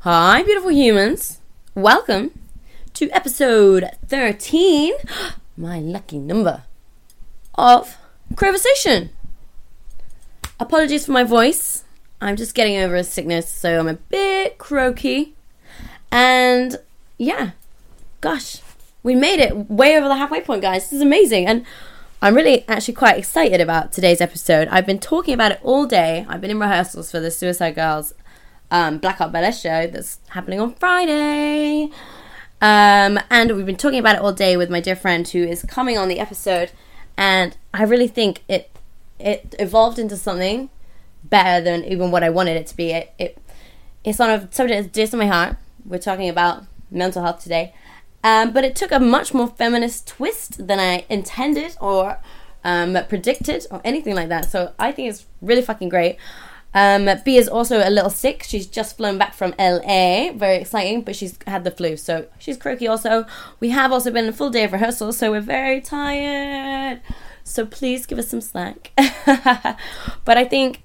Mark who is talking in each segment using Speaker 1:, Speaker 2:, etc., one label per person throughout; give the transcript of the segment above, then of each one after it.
Speaker 1: Hi, beautiful humans. Welcome to episode 13, my lucky number, of Conversation. Apologies for my voice. I'm just getting over a sickness, so I'm a bit croaky. And yeah, gosh, we made it way over the halfway point, guys. This is amazing. And I'm really actually quite excited about today's episode. I've been talking about it all day. I've been in rehearsals for the Suicide Girls um, Black Art Ballet show that's happening on Friday. Um, and we've been talking about it all day with my dear friend who is coming on the episode. And I really think it it evolved into something better than even what I wanted it to be. It, it it's on a subject that's dear to my heart. We're talking about mental health today, um, but it took a much more feminist twist than I intended or um, predicted or anything like that. So I think it's really fucking great. Um, B is also a little sick. She's just flown back from LA. Very exciting, but she's had the flu, so she's croaky also. We have also been a full day of rehearsal, so we're very tired. So please give us some slack. but I think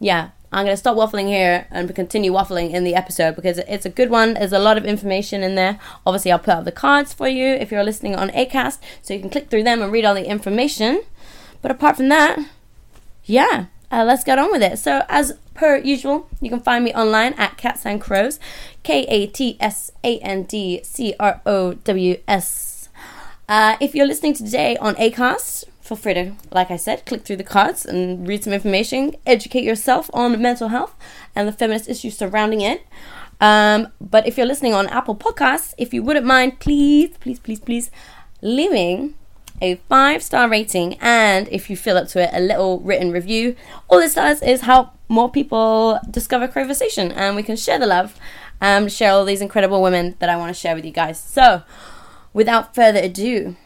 Speaker 1: yeah, I'm going to stop waffling here and continue waffling in the episode because it's a good one. There's a lot of information in there. Obviously, I'll put up the cards for you if you're listening on ACAST so you can click through them and read all the information. But apart from that, yeah, uh, let's get on with it. So, as per usual, you can find me online at Cats and Crows, K A T S A N D C R O W S. Uh, if you're listening today on ACAST, feel free to, like I said, click through the cards and read some information, educate yourself on mental health and the feminist issues surrounding it. Um, but if you're listening on Apple Podcasts, if you wouldn't mind, please, please, please, please, leaving a five star rating and if you feel up to it, a little written review. All this does is help more people discover Conversation and we can share the love, um, share all these incredible women that I want to share with you guys. So, without further ado,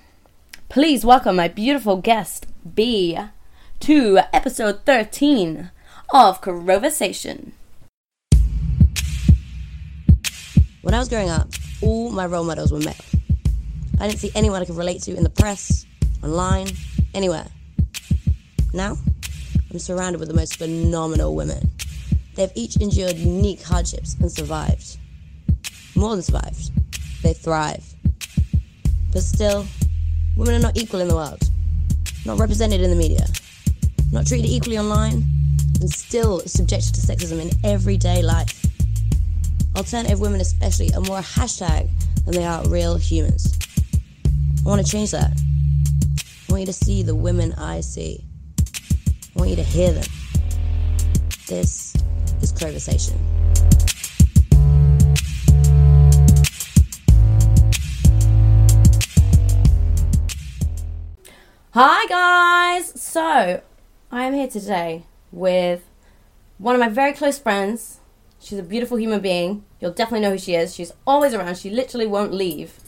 Speaker 1: please welcome my beautiful guest B to episode 13 of Conversation.
Speaker 2: When I was growing up, all my role models were male. I didn't see anyone I could relate to in the press, online, anywhere. Now, I'm surrounded with the most phenomenal women. They've each endured unique hardships and survived. More than survived, they thrive. But still, women are not equal in the world, not represented in the media, not treated equally online, and still subjected to sexism in everyday life. Alternative women, especially, are more a hashtag than they are real humans. I want to change that. I want you to see the women I see. I want you to hear them. This is Conversation.
Speaker 1: Hi guys! So, I am here today with one of my very close friends. She's a beautiful human being. You'll definitely know who she is. She's always around. She literally won't leave.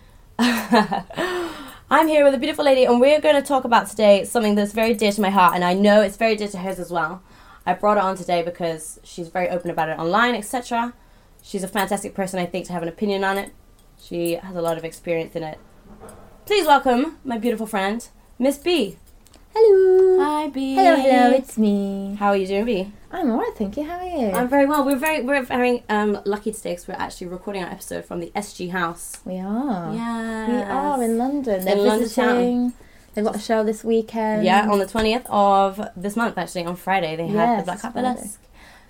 Speaker 1: I'm here with a beautiful lady, and we're going to talk about today something that's very dear to my heart, and I know it's very dear to hers as well. I brought her on today because she's very open about it online, etc. She's a fantastic person, I think, to have an opinion on it. She has a lot of experience in it. Please welcome my beautiful friend, Miss B.
Speaker 3: Hello.
Speaker 1: Hi, B.
Speaker 3: Hello, hello, it's me.
Speaker 1: How are you doing, B?
Speaker 3: I'm alright, thank you. How are you?
Speaker 1: I'm very well. We're very we're very um, lucky today because we're actually recording our episode from the SG house.
Speaker 3: we are.
Speaker 1: Yeah,
Speaker 3: We are in London. They're
Speaker 1: Oh. In London oh,
Speaker 3: visiting. They've got a show this weekend.
Speaker 1: Yeah, on the twentieth of this month, actually on Friday, they had the
Speaker 3: Um, Yes,
Speaker 1: Black Hat
Speaker 3: Friday.
Speaker 1: Burlesque.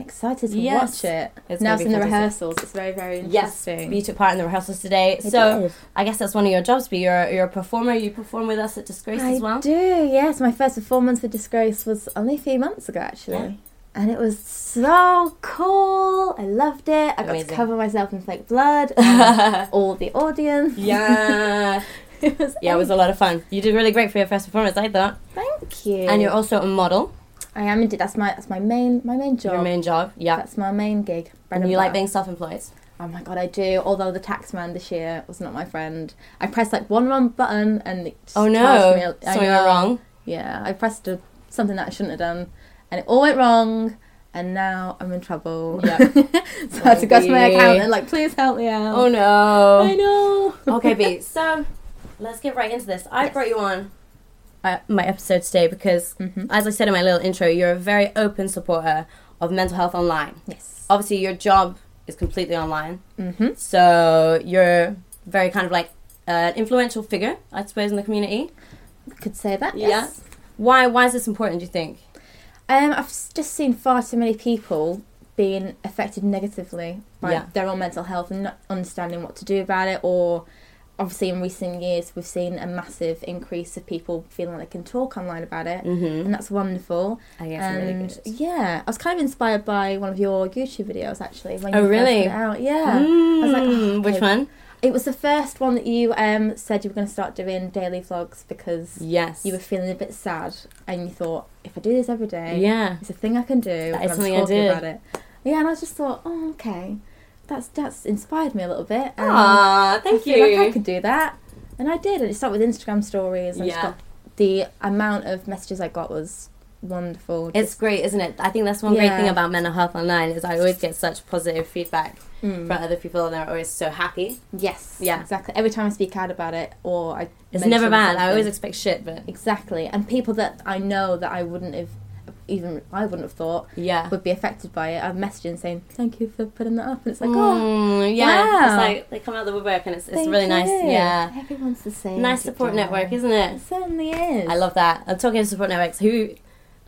Speaker 3: I'm excited to
Speaker 1: Yes.
Speaker 3: watch it.
Speaker 4: It's gonna
Speaker 3: now it's
Speaker 4: be
Speaker 3: in the
Speaker 4: fantastic.
Speaker 3: rehearsals. It's very, very
Speaker 1: Yes,
Speaker 4: Interesting.
Speaker 1: you took part in the rehearsals today. so I guess that's one of your jobs. But you're you're a performer. You perform with us at Disgrace
Speaker 3: I
Speaker 1: as well.
Speaker 3: do, yes. My first performance for Disgrace was only a few months ago, actually. And it was so cool. I loved it. I got
Speaker 1: Amazing.
Speaker 3: to cover myself in fake blood. and all the audience.
Speaker 1: Yeah,
Speaker 3: It was
Speaker 1: yeah, it was a lot of fun. You did really great for your first performance, I thought.
Speaker 3: Thank you.
Speaker 1: And you're also a model.
Speaker 3: I am indeed. That's my that's my main my main job.
Speaker 1: Your main job, yeah.
Speaker 3: that's my main gig. bread
Speaker 1: And you like
Speaker 3: butter.
Speaker 1: being self-employed.
Speaker 3: Oh my god, I do. Although the tax man this year was not my friend. I pressed like one wrong button and it just
Speaker 1: Oh
Speaker 3: charged
Speaker 1: no,
Speaker 3: Me. I
Speaker 1: so you were
Speaker 3: know.
Speaker 1: wrong.
Speaker 3: Yeah, I pressed a, something that I shouldn't have done, and it all went wrong. And now I'm in trouble.
Speaker 1: Yeah.
Speaker 3: so I had to go to my
Speaker 1: Maybe.
Speaker 3: account and like, please help me out.
Speaker 1: Oh no.
Speaker 3: I know.
Speaker 1: okay, B. So let's get right into this. I brought you on uh, my episode today because, as I said in my little intro, you're a very open supporter of mental health online.
Speaker 3: Yes.
Speaker 1: Obviously, your job is completely online, mm-hmm. so you're very kind of like uh, an influential figure, I suppose, in the community.
Speaker 3: Could say that. Yes.
Speaker 1: Why? Why is this important? Do you think?
Speaker 3: Um, I've s- just seen far too many people being affected negatively by
Speaker 1: Yeah.
Speaker 3: their own mental health and not understanding what to do about it. Or, obviously, in recent years, we've seen a massive increase of people feeling like they can talk online about it, and that's wonderful.
Speaker 1: I guess Mm-hmm. really
Speaker 3: and
Speaker 1: good.
Speaker 3: yeah, I was kind of inspired by one of your YouTube videos actually. When
Speaker 1: Oh,
Speaker 3: you first
Speaker 1: really?
Speaker 3: put it out. Yeah, I was like,
Speaker 1: Mm,
Speaker 3: "Oh,
Speaker 1: which
Speaker 3: okay."
Speaker 1: one?
Speaker 3: It was the first one that you um, said you were going to start doing daily vlogs because
Speaker 1: Yes.
Speaker 3: you were feeling a bit sad and you thought, if I do this every day,
Speaker 1: Yeah.
Speaker 3: it's a thing I can do. and
Speaker 1: is
Speaker 3: I'm
Speaker 1: something I
Speaker 3: talking
Speaker 1: did.
Speaker 3: about it. Yeah, and I just thought, oh, okay, that's that's inspired me a little bit. And
Speaker 1: Ah,
Speaker 3: I
Speaker 1: thank
Speaker 3: feel
Speaker 1: you.
Speaker 3: Like I could do that, and I did. And it started with Instagram stories. And I just
Speaker 1: Yeah.
Speaker 3: got, the amount of messages I got was wonderful.
Speaker 1: It's great, isn't it? I think that's one great
Speaker 3: Yeah.
Speaker 1: thing about mental health online is I always get such positive feedback from other people, and they're always so happy.
Speaker 3: yes,
Speaker 1: Yeah.
Speaker 3: exactly. Every time I speak out about it, or I
Speaker 1: It's
Speaker 3: mention
Speaker 1: never bad. I
Speaker 3: something-
Speaker 1: always expect shit, but
Speaker 3: exactly, and people that I know that I wouldn't have even I wouldn't have thought
Speaker 1: yeah,
Speaker 3: would be affected by it. I'm messaging saying thank you for putting that up, and it's like oh.
Speaker 1: Mm, yeah. It's
Speaker 3: wow.
Speaker 1: like they come out of the woodwork, and it's it's
Speaker 3: Thank
Speaker 1: really nice.
Speaker 3: you.
Speaker 1: Yeah,
Speaker 3: Everyone's the same.
Speaker 1: nice support
Speaker 3: together.
Speaker 1: network, isn't it?
Speaker 3: It certainly is.
Speaker 1: I love that. I'm talking to support networks who,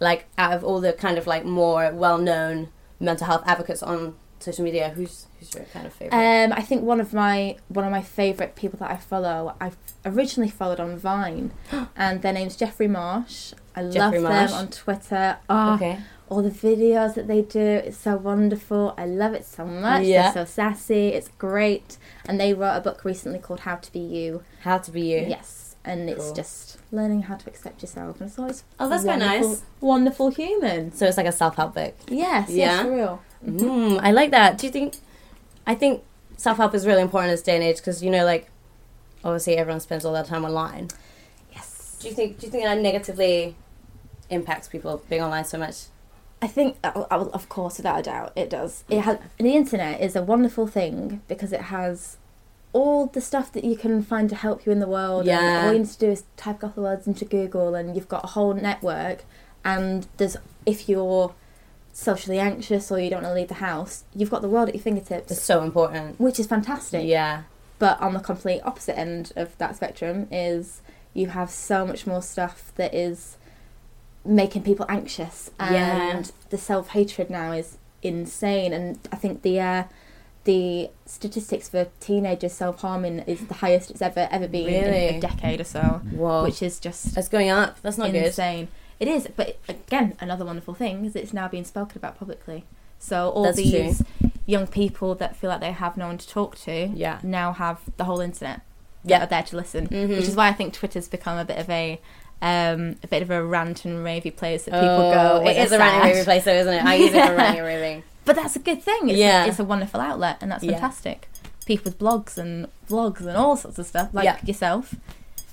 Speaker 1: like, out of all the kind of like more well-known mental health advocates on social media, who's who's your kind of favorite?
Speaker 3: Um, I think one of my one of my favourite people that I follow, I originally followed on Vine, and their name's Jeffrey Marsh. I
Speaker 1: Jeffrey
Speaker 3: love
Speaker 1: Marsh.
Speaker 3: them on Twitter. Oh,
Speaker 1: okay.
Speaker 3: all the videos that they do, it's so wonderful. I love it so much.
Speaker 1: Yeah.
Speaker 3: They're so sassy. It's great. And they wrote a book recently called How to Be You.
Speaker 1: How to be you?
Speaker 3: Yes, and it's
Speaker 1: Cool.
Speaker 3: just learning how to accept yourself. And it's always
Speaker 1: Oh, that's quite nice.
Speaker 3: Wonderful human.
Speaker 1: So it's like a self-help book.
Speaker 3: Yes,
Speaker 1: Yeah.
Speaker 3: yes, for real.
Speaker 1: Mm, I like that. Do you think? I think self help is really important in this day and age because you know, like, obviously everyone spends all their time online.
Speaker 3: Yes.
Speaker 1: Do you think? Do you think that negatively impacts people being online so much?
Speaker 3: I think, uh, uh, of course, without a doubt, it does. It has the internet is a wonderful thing because it has all the stuff that you can find to help you in the world. and
Speaker 1: Yeah.
Speaker 3: all you need to do is type a couple of words into Google, and you've got a whole network. And there's if you're socially anxious or you don't want to leave the house, you've got the world at your fingertips,
Speaker 1: It's so important.
Speaker 3: which is fantastic.
Speaker 1: Yeah.
Speaker 3: But on the complete opposite end of that spectrum is you have so much more stuff that is making people anxious, and
Speaker 1: Yeah.
Speaker 3: the self hatred now is insane. And I think the uh, the statistics for teenagers self harming is the highest it's ever ever been in
Speaker 1: Really?
Speaker 3: a decade or so,
Speaker 1: Whoa.
Speaker 3: which is just
Speaker 1: That's going up. That's not good.
Speaker 3: insane. It is, but again, another wonderful thing is it's now being spoken about publicly. So all
Speaker 1: That's
Speaker 3: these young people that feel like they have no one to talk to
Speaker 1: Yeah.
Speaker 3: now have the whole internet
Speaker 1: Yeah.
Speaker 3: that are there to listen,
Speaker 1: Mhm.
Speaker 3: which is why I think Twitter's become a bit of a um, a bit of a rant and ravey place that people
Speaker 1: Oh,
Speaker 3: go. when
Speaker 1: It is
Speaker 3: they're
Speaker 1: a running
Speaker 3: sad.
Speaker 1: rave place, though, isn't it? I use it for running and raving.
Speaker 3: but that's a good thing. It's,
Speaker 1: Yeah.
Speaker 3: a, it's a wonderful outlet, and that's
Speaker 1: Yeah.
Speaker 3: fantastic. People with blogs and vlogs and all sorts of stuff, like
Speaker 1: Yeah.
Speaker 3: yourself,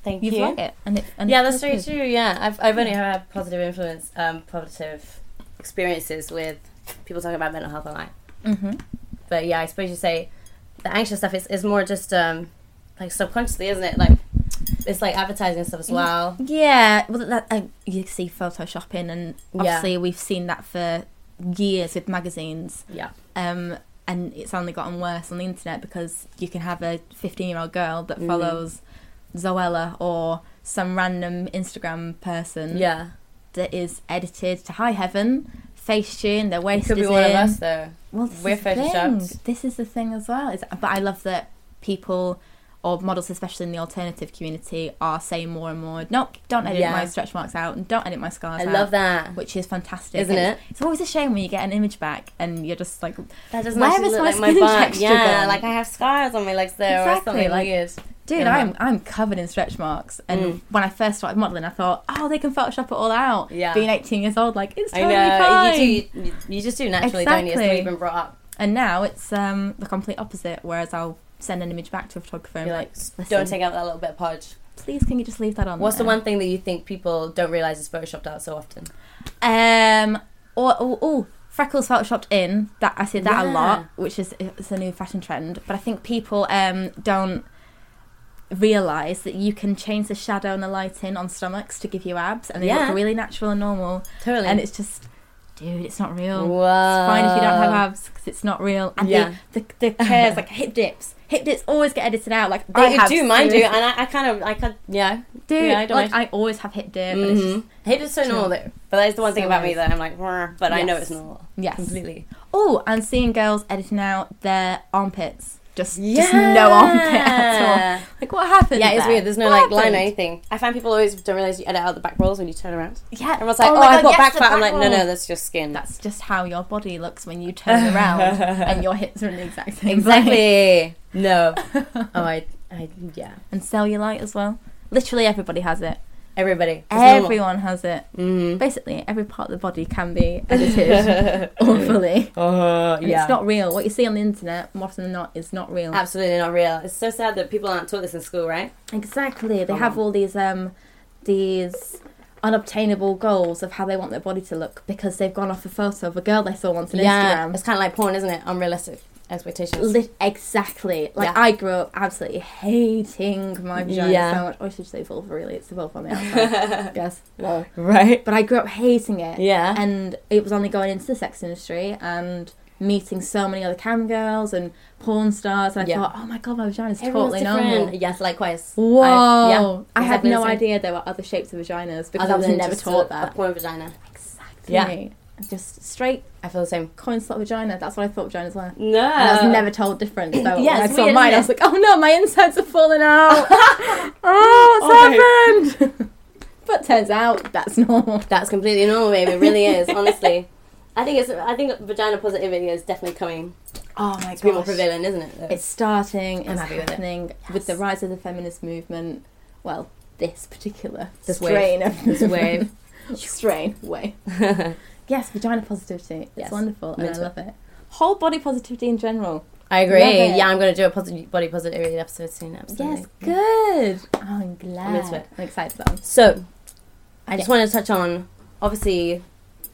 Speaker 1: Thank
Speaker 3: you vlog it, and it. And
Speaker 1: yeah,
Speaker 3: it
Speaker 1: that's
Speaker 3: feels
Speaker 1: very
Speaker 3: good.
Speaker 1: true. Yeah, I've I've only had positive influence, um, positive experiences with people talking about mental health online.
Speaker 3: Mhm.
Speaker 1: But yeah, I suppose you say the anxious stuff is, is more just um, like subconsciously, isn't it? Like it's like advertising stuff as well.
Speaker 3: Yeah, well, that, uh, you see photoshopping, and
Speaker 1: Yeah.
Speaker 3: obviously we've seen that for years with magazines.
Speaker 1: Yeah,
Speaker 3: um, and it's only gotten worse on the internet because you can have a 15 year old girl
Speaker 4: Mm.
Speaker 3: that follows Zoella or some random Instagram person
Speaker 1: yeah,
Speaker 3: that is edited to high heaven face tune, their waist
Speaker 4: Could be
Speaker 3: is
Speaker 4: one of
Speaker 3: in.
Speaker 4: us though.
Speaker 3: Well, this
Speaker 4: We're
Speaker 3: is the thing.
Speaker 4: photoshopped.
Speaker 3: This is the thing as well. Is but I love that people or models, especially in the alternative community, are saying more and more, "No, don't edit
Speaker 1: Yeah.
Speaker 3: my stretch marks out, and don't edit my scars."
Speaker 1: I
Speaker 3: out,"
Speaker 1: love that.
Speaker 3: Which is fantastic,
Speaker 1: Isn't
Speaker 3: And
Speaker 1: it?
Speaker 3: It's, it's always a shame when you get an image back and you're just like,
Speaker 1: That doesn't
Speaker 3: Where
Speaker 1: actually
Speaker 3: is
Speaker 1: look
Speaker 3: my
Speaker 1: like my
Speaker 3: skin
Speaker 1: butt.
Speaker 3: texture
Speaker 1: Yeah,
Speaker 3: gone?
Speaker 1: like I have scars on my legs there or
Speaker 3: Exactly,
Speaker 1: something
Speaker 3: like-
Speaker 1: weird.
Speaker 3: "Dude, I'm I'm covered in stretch marks." And
Speaker 1: Mm.
Speaker 3: when I first started modeling, I thought, "Oh, they can Photoshop it all out."
Speaker 1: Yeah.
Speaker 3: being 18 years old, like it's
Speaker 1: I
Speaker 3: totally
Speaker 1: know.
Speaker 3: fine.
Speaker 1: You, do, you, you just do naturally, don't you? It's what
Speaker 3: Exactly.
Speaker 1: you've been brought up.
Speaker 3: And now it's um, the complete opposite. Whereas I'll send an image back to a photographer and
Speaker 1: You're
Speaker 3: be
Speaker 1: like,
Speaker 3: like,
Speaker 1: don't
Speaker 3: "Listen,
Speaker 1: take out that little bit of pudge.
Speaker 3: please can you just leave that on
Speaker 1: What's the
Speaker 3: there?"
Speaker 1: one thing that you think people don't realize is photoshopped out so often?
Speaker 3: Um, or oh, oh, freckles photoshopped in. That I see that a
Speaker 1: Yeah.
Speaker 3: lot, which is it's a new fashion trend. But I think people um don't realize that you can change the shadow and the lighting on stomachs to give you abs, and they
Speaker 1: Yeah.
Speaker 3: look really natural and normal.
Speaker 1: Totally.
Speaker 3: And it's just, dude, it's not real.
Speaker 1: Wow.
Speaker 3: It's fine if you don't have abs because it's not real. And
Speaker 1: Uh, Yeah.
Speaker 3: the, the the curves, like hip dips. Hip dips always get edited out. Like I
Speaker 1: They
Speaker 3: have
Speaker 1: do, mine do,
Speaker 3: serious-
Speaker 1: and I, I kind of, I can't, yeah.
Speaker 3: Dude,
Speaker 1: yeah, I don't
Speaker 3: like
Speaker 1: know. Mm-hmm.
Speaker 3: I always have hip dip. And it's just,
Speaker 1: Hate is so normal, though. But that is the one thing
Speaker 3: So
Speaker 1: about me
Speaker 3: is.
Speaker 1: that I'm like, "Wah," but I know
Speaker 3: Yes.
Speaker 1: it's normal.
Speaker 3: Yes.
Speaker 1: Completely.
Speaker 3: Oh, and seeing girls editing out their armpits. Just, just no armpit at all. Like, what happened?
Speaker 1: Yeah, it's
Speaker 3: there?
Speaker 1: weird. There's no like
Speaker 3: What
Speaker 1: line or
Speaker 3: happened?
Speaker 1: anything. I find people always don't realize you edit out the back rolls when you turn around.
Speaker 3: Yeah.
Speaker 1: Everyone's like, oh,
Speaker 3: my
Speaker 1: I've
Speaker 3: God,
Speaker 1: got back
Speaker 3: yes, the
Speaker 1: fat. I'm like, no, no,
Speaker 3: roll.
Speaker 1: that's just skin.
Speaker 3: That's just how your body looks when you turn around and your hips are in the exact same place.
Speaker 1: exactly. no. Oh, I, I, yeah.
Speaker 3: And cellulite as well. Literally everybody has it.
Speaker 1: Everybody.
Speaker 3: Everyone has it. Basically, every part of the body can be edited awfully.
Speaker 1: Uh,
Speaker 3: And It's not real. What you see on the internet, more often than not, is not real.
Speaker 1: Absolutely not real. It's so sad that people aren't taught this in school, right?
Speaker 3: Exactly. They have all these um these unobtainable goals of how they want their body to look because they've gone off a photo of a girl they saw once on Instagram.
Speaker 1: It's kind of like porn, isn't it? Unrealistic expectations.
Speaker 3: Lit- exactly. Like
Speaker 1: Yeah.
Speaker 3: I grew up absolutely hating my vagina
Speaker 1: Yeah.
Speaker 3: so much. Or I should say vulva really, it's the vulva on the outside. yes. Well.
Speaker 1: right.
Speaker 3: But I grew up hating it.
Speaker 1: Yeah.
Speaker 3: And it was only going into the sex industry and meeting so many other cam girls and porn stars and I
Speaker 1: Yeah.
Speaker 3: thought, Oh my god, my vagina's
Speaker 1: Everyone's
Speaker 3: totally
Speaker 1: different.
Speaker 3: normal.
Speaker 1: Yes, likewise.
Speaker 3: Whoa! I,
Speaker 1: I've- yeah,
Speaker 3: had
Speaker 1: exactly the
Speaker 3: no
Speaker 1: same.
Speaker 3: idea there were other shapes of vaginas because
Speaker 1: Other
Speaker 3: I was
Speaker 1: than
Speaker 3: never
Speaker 1: just
Speaker 3: taught
Speaker 1: a,
Speaker 3: that.
Speaker 1: A porn vagina.
Speaker 3: exactly.
Speaker 1: Yeah.
Speaker 3: Just straight
Speaker 1: I feel the same.
Speaker 3: coin slot vagina. That's what I thought vaginas were.
Speaker 1: No.
Speaker 3: And I was never told different. So when
Speaker 1: Yeah,
Speaker 3: I
Speaker 1: it's
Speaker 3: saw
Speaker 1: weird, isn't
Speaker 3: mine, I
Speaker 1: it?
Speaker 3: was like, oh no, my insides are falling out. oh, what's happened? but turns out that's normal.
Speaker 1: That's completely normal, babe. It really is, honestly. I think it's. I think vagina positivity is definitely coming
Speaker 3: Oh my
Speaker 1: to be more prevalent, isn't it? though?
Speaker 3: It's starting, it's
Speaker 1: happy with it.
Speaker 3: happening. With, the rise of the feminist movement, well, this particular
Speaker 1: This wave.
Speaker 3: strain of
Speaker 1: This wave.
Speaker 3: strain way. yes, vagina positivity. It's
Speaker 1: Yes.
Speaker 3: wonderful, and
Speaker 1: Me
Speaker 3: I
Speaker 1: too.
Speaker 3: love it. Whole body positivity in general.
Speaker 1: I agree.
Speaker 3: Love it.
Speaker 1: Yeah, I'm going to do a positive body positivity episode soon. Absolutely.
Speaker 3: Yes, good. Oh, I'm glad.
Speaker 1: I'm into it.
Speaker 3: I'm excited about it.
Speaker 1: So, I just want to touch on. Obviously,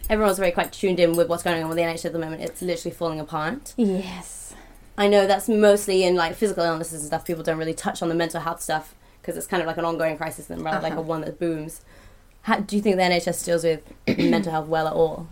Speaker 1: everyone's very quite tuned in with what's going on with the NHS at the moment. It's literally falling apart.
Speaker 3: Yes.
Speaker 1: I know that's mostly in like physical illnesses and stuff. People don't really touch on the mental health stuff because it's kind of like an ongoing crisis and rather like a one that booms. How, do you think the NHS deals with mental health well at all?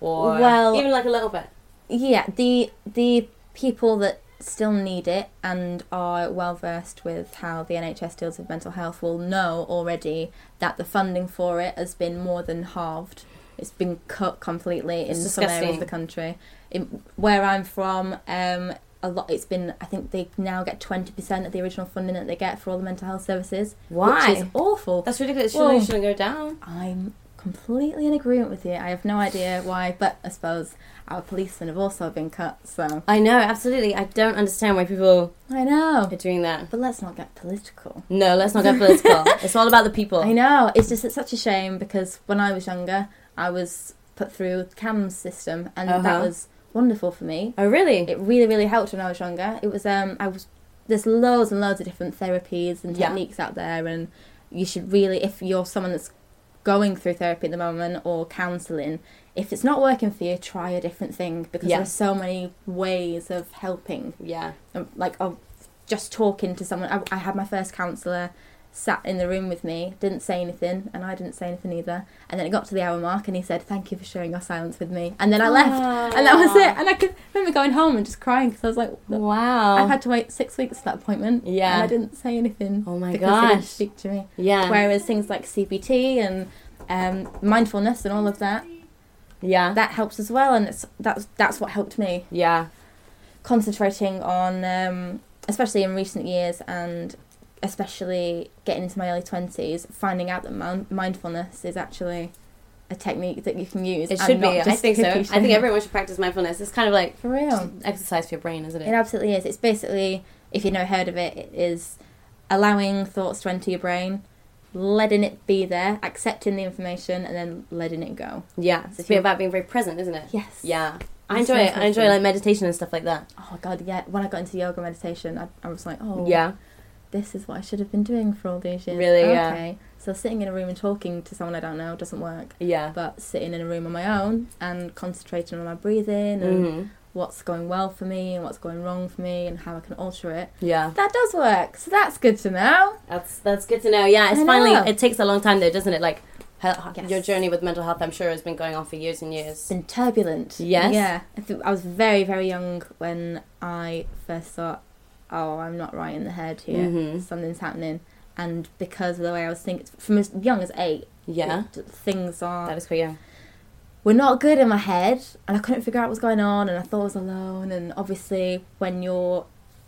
Speaker 1: Or
Speaker 3: Well-
Speaker 1: even like a little bit.
Speaker 3: Yeah, the the people that still need it and are well versed with how the NHS deals with mental health will know already that the funding for it has been more than halved. It's been cut completely in some areas
Speaker 1: disgusting.
Speaker 3: of the country. In, where I'm from, um, a lot. It's been. I think they now get twenty percent of the original funding that they get for all the mental health services.
Speaker 1: Why?
Speaker 3: Which is awful.
Speaker 1: That's ridiculous.
Speaker 3: Well-
Speaker 1: Surely it shouldn't go down.
Speaker 3: I'm completely in agreement with you. I have no idea why, but I suppose our policemen have also been cut. So
Speaker 1: I know, absolutely. I don't understand why people
Speaker 3: I know.
Speaker 1: are doing that.
Speaker 3: But let's not get political.
Speaker 1: No, let's not get political. it's all about the people.
Speaker 3: I know. It's just it's such a shame because when I was younger, I was put through CAMS system, and
Speaker 1: Uh-huh.
Speaker 3: that was wonderful for me.
Speaker 1: Oh, really?
Speaker 3: It really, really helped when I was younger. It was um, I was there's loads and loads of different therapies and
Speaker 1: Yeah.
Speaker 3: techniques out there, and you should really, if you're someone that's going through therapy at the moment or counselling, if it's not working for you, try a different thing because
Speaker 1: Yeah.
Speaker 3: there's so many ways of helping
Speaker 1: yeah.
Speaker 3: um, like of just talking to someone. I, I had my first counsellor sat in the room with me, didn't say anything, and I didn't say anything either. And then it got to the hour mark, and he said, "Thank you for sharing your silence with me." And then I left, and that was it. And I could remember going home and just crying because I was like,
Speaker 1: Wow.
Speaker 3: "I had to wait six weeks for that appointment."
Speaker 1: Yeah.
Speaker 3: and I didn't say anything.
Speaker 1: Oh my
Speaker 3: because they
Speaker 1: gosh.
Speaker 3: didn't speak to me.
Speaker 1: yeah.
Speaker 3: Whereas things like CBT and um, mindfulness and all of that,
Speaker 1: Yeah.
Speaker 3: That helps as well, and it's that's that's what helped me
Speaker 1: yeah.
Speaker 3: concentrating on, um, especially in recent years, and especially getting into my early twenties, finding out that min- mindfulness is actually a technique that you can use.
Speaker 1: It
Speaker 3: and
Speaker 1: should be.
Speaker 3: not
Speaker 1: I
Speaker 3: just
Speaker 1: think so. I
Speaker 3: cookie
Speaker 1: think
Speaker 3: sheet.
Speaker 1: everyone should practice mindfulness. It's kind of like
Speaker 3: for real.
Speaker 1: exercise for your brain, isn't
Speaker 3: It
Speaker 1: it?
Speaker 3: absolutely is. It's basically, if you've never heard of it, it is allowing thoughts to enter your brain, letting it be there, accepting the information, and then letting it go.
Speaker 1: Yeah. It's be about being very present, isn't it?
Speaker 3: Yes.
Speaker 1: Yeah. I
Speaker 3: It's
Speaker 1: enjoy
Speaker 3: very
Speaker 1: it. I enjoy
Speaker 3: fulfilling.
Speaker 1: like meditation and stuff like that.
Speaker 3: Oh god, yeah. When I got into yoga meditation, I, I was like, oh,
Speaker 1: Yeah.
Speaker 3: this is what I should have been doing for all these years.
Speaker 1: Really, yeah.
Speaker 3: Okay. So sitting in a room and talking to someone I don't know doesn't work.
Speaker 1: Yeah.
Speaker 3: But sitting in a room on my own and concentrating on my breathing and
Speaker 1: Mm-hmm.
Speaker 3: what's going well for me and what's going wrong for me and how I can alter it,
Speaker 1: Yeah.
Speaker 3: that does work. So that's good to know.
Speaker 1: That's that's good to know. Yeah, it's
Speaker 3: I
Speaker 1: finally
Speaker 3: know.
Speaker 1: it takes a long time though, doesn't it? Like he-
Speaker 3: Yes.
Speaker 1: your journey with mental health, I'm sure, has been going on for years and years.
Speaker 3: been turbulent.
Speaker 1: Yes.
Speaker 3: Yeah. I, think I was very, very young when I first thought, oh, I'm not right in the head here.
Speaker 1: Mhm.
Speaker 3: Something's happening. And because of the way I was thinking, from as young as eight,
Speaker 1: Yeah,
Speaker 3: it- things are
Speaker 1: that is cool. Yeah,
Speaker 3: were not good in my head, and I couldn't figure out what was going on, and I thought I was alone. And obviously, when you're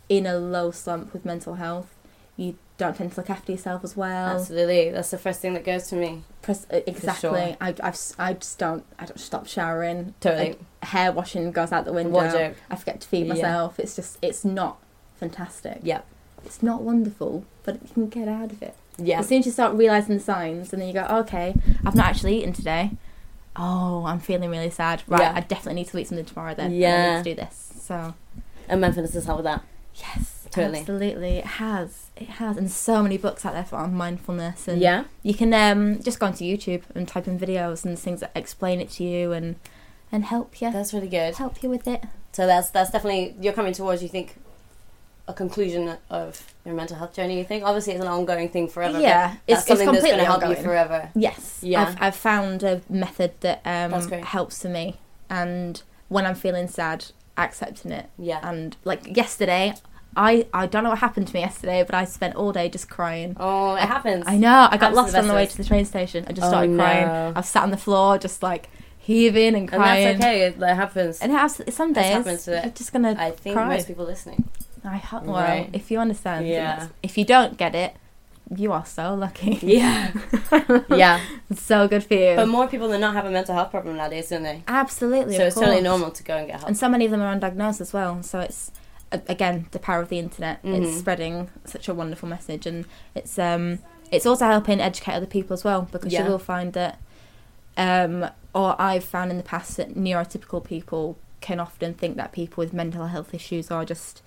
Speaker 3: in a low slump with mental health, you don't tend to look after yourself as well.
Speaker 1: absolutely. That's the first thing that goes to me.
Speaker 3: Pres- uh, exactly.
Speaker 1: sure.
Speaker 3: I, I've, s- I just don't. I don't stop showering.
Speaker 1: Totally.
Speaker 3: Like, hair washing goes out the window.
Speaker 1: What a joke.
Speaker 3: I forget to feed
Speaker 1: Yeah.
Speaker 3: myself. It's just. It's not fantastic.
Speaker 1: Yeah,
Speaker 3: It's not wonderful, but you can get out of it.
Speaker 1: yeah,
Speaker 3: As soon as you start realizing the signs, and then you go, "Oh, okay, I've not actually eaten today. Oh, I'm feeling really sad. Right,
Speaker 1: Yeah.
Speaker 3: I definitely need to eat something tomorrow then. I
Speaker 1: Yeah.
Speaker 3: need to do this. So
Speaker 1: and mindfulness has helped with that.
Speaker 3: yes,
Speaker 1: Totally.
Speaker 3: absolutely, it has, it has, and so many books out there for on mindfulness and
Speaker 1: Yeah,
Speaker 3: you can um, just go onto YouTube and type in videos and things that explain it to you and and help you
Speaker 1: that's really good.
Speaker 3: help you with it.
Speaker 1: So that's that's definitely you're coming towards. You think a conclusion of your mental health journey. You think obviously it's an ongoing thing forever. but
Speaker 3: Yeah, it's-
Speaker 1: that's
Speaker 3: it's
Speaker 1: something that's going
Speaker 3: completely
Speaker 1: to help
Speaker 3: ongoing.
Speaker 1: you forever.
Speaker 3: Yes,
Speaker 1: Yeah.
Speaker 3: I've, I've found a method that um,
Speaker 1: That's great.
Speaker 3: helps for me, and when I'm feeling sad, accepting it.
Speaker 1: Yeah.
Speaker 3: and like yesterday, I I don't know what happened to me yesterday, but I spent all day just crying.
Speaker 1: Oh, it happens.
Speaker 3: I know. I got
Speaker 1: That's the
Speaker 3: lost on the
Speaker 1: best
Speaker 3: way
Speaker 1: way.
Speaker 3: to the train station. I just
Speaker 1: Oh,
Speaker 3: started crying.
Speaker 1: no.
Speaker 3: I've sat on the floor, just like heaving and
Speaker 1: and
Speaker 3: crying.
Speaker 1: that's okay. It, that happens.
Speaker 3: And it has, some
Speaker 1: That's
Speaker 3: days
Speaker 1: happened to it.
Speaker 3: you're just gonna
Speaker 1: I think
Speaker 3: cry.
Speaker 1: most people listening.
Speaker 3: I ho- well,
Speaker 1: Right.
Speaker 3: if you understand,
Speaker 1: Yeah.
Speaker 3: yes. if you don't get it, you are so lucky.
Speaker 1: Yeah, yeah.
Speaker 3: It's so good for you.
Speaker 1: But more people than not have a mental health problem nowadays, don't they?
Speaker 3: Absolutely,
Speaker 1: So
Speaker 3: of
Speaker 1: it's totally
Speaker 3: course.
Speaker 1: normal to go and get help.
Speaker 3: And so many of them are undiagnosed as well. So it's a- again the power of the internet.
Speaker 1: Mm-hmm.
Speaker 3: It's spreading such a wonderful message, and it's um it's also helping educate other people as well because
Speaker 1: Yeah.
Speaker 3: you will find that um or I've found in the past that neurotypical people can often think that people with mental health issues are just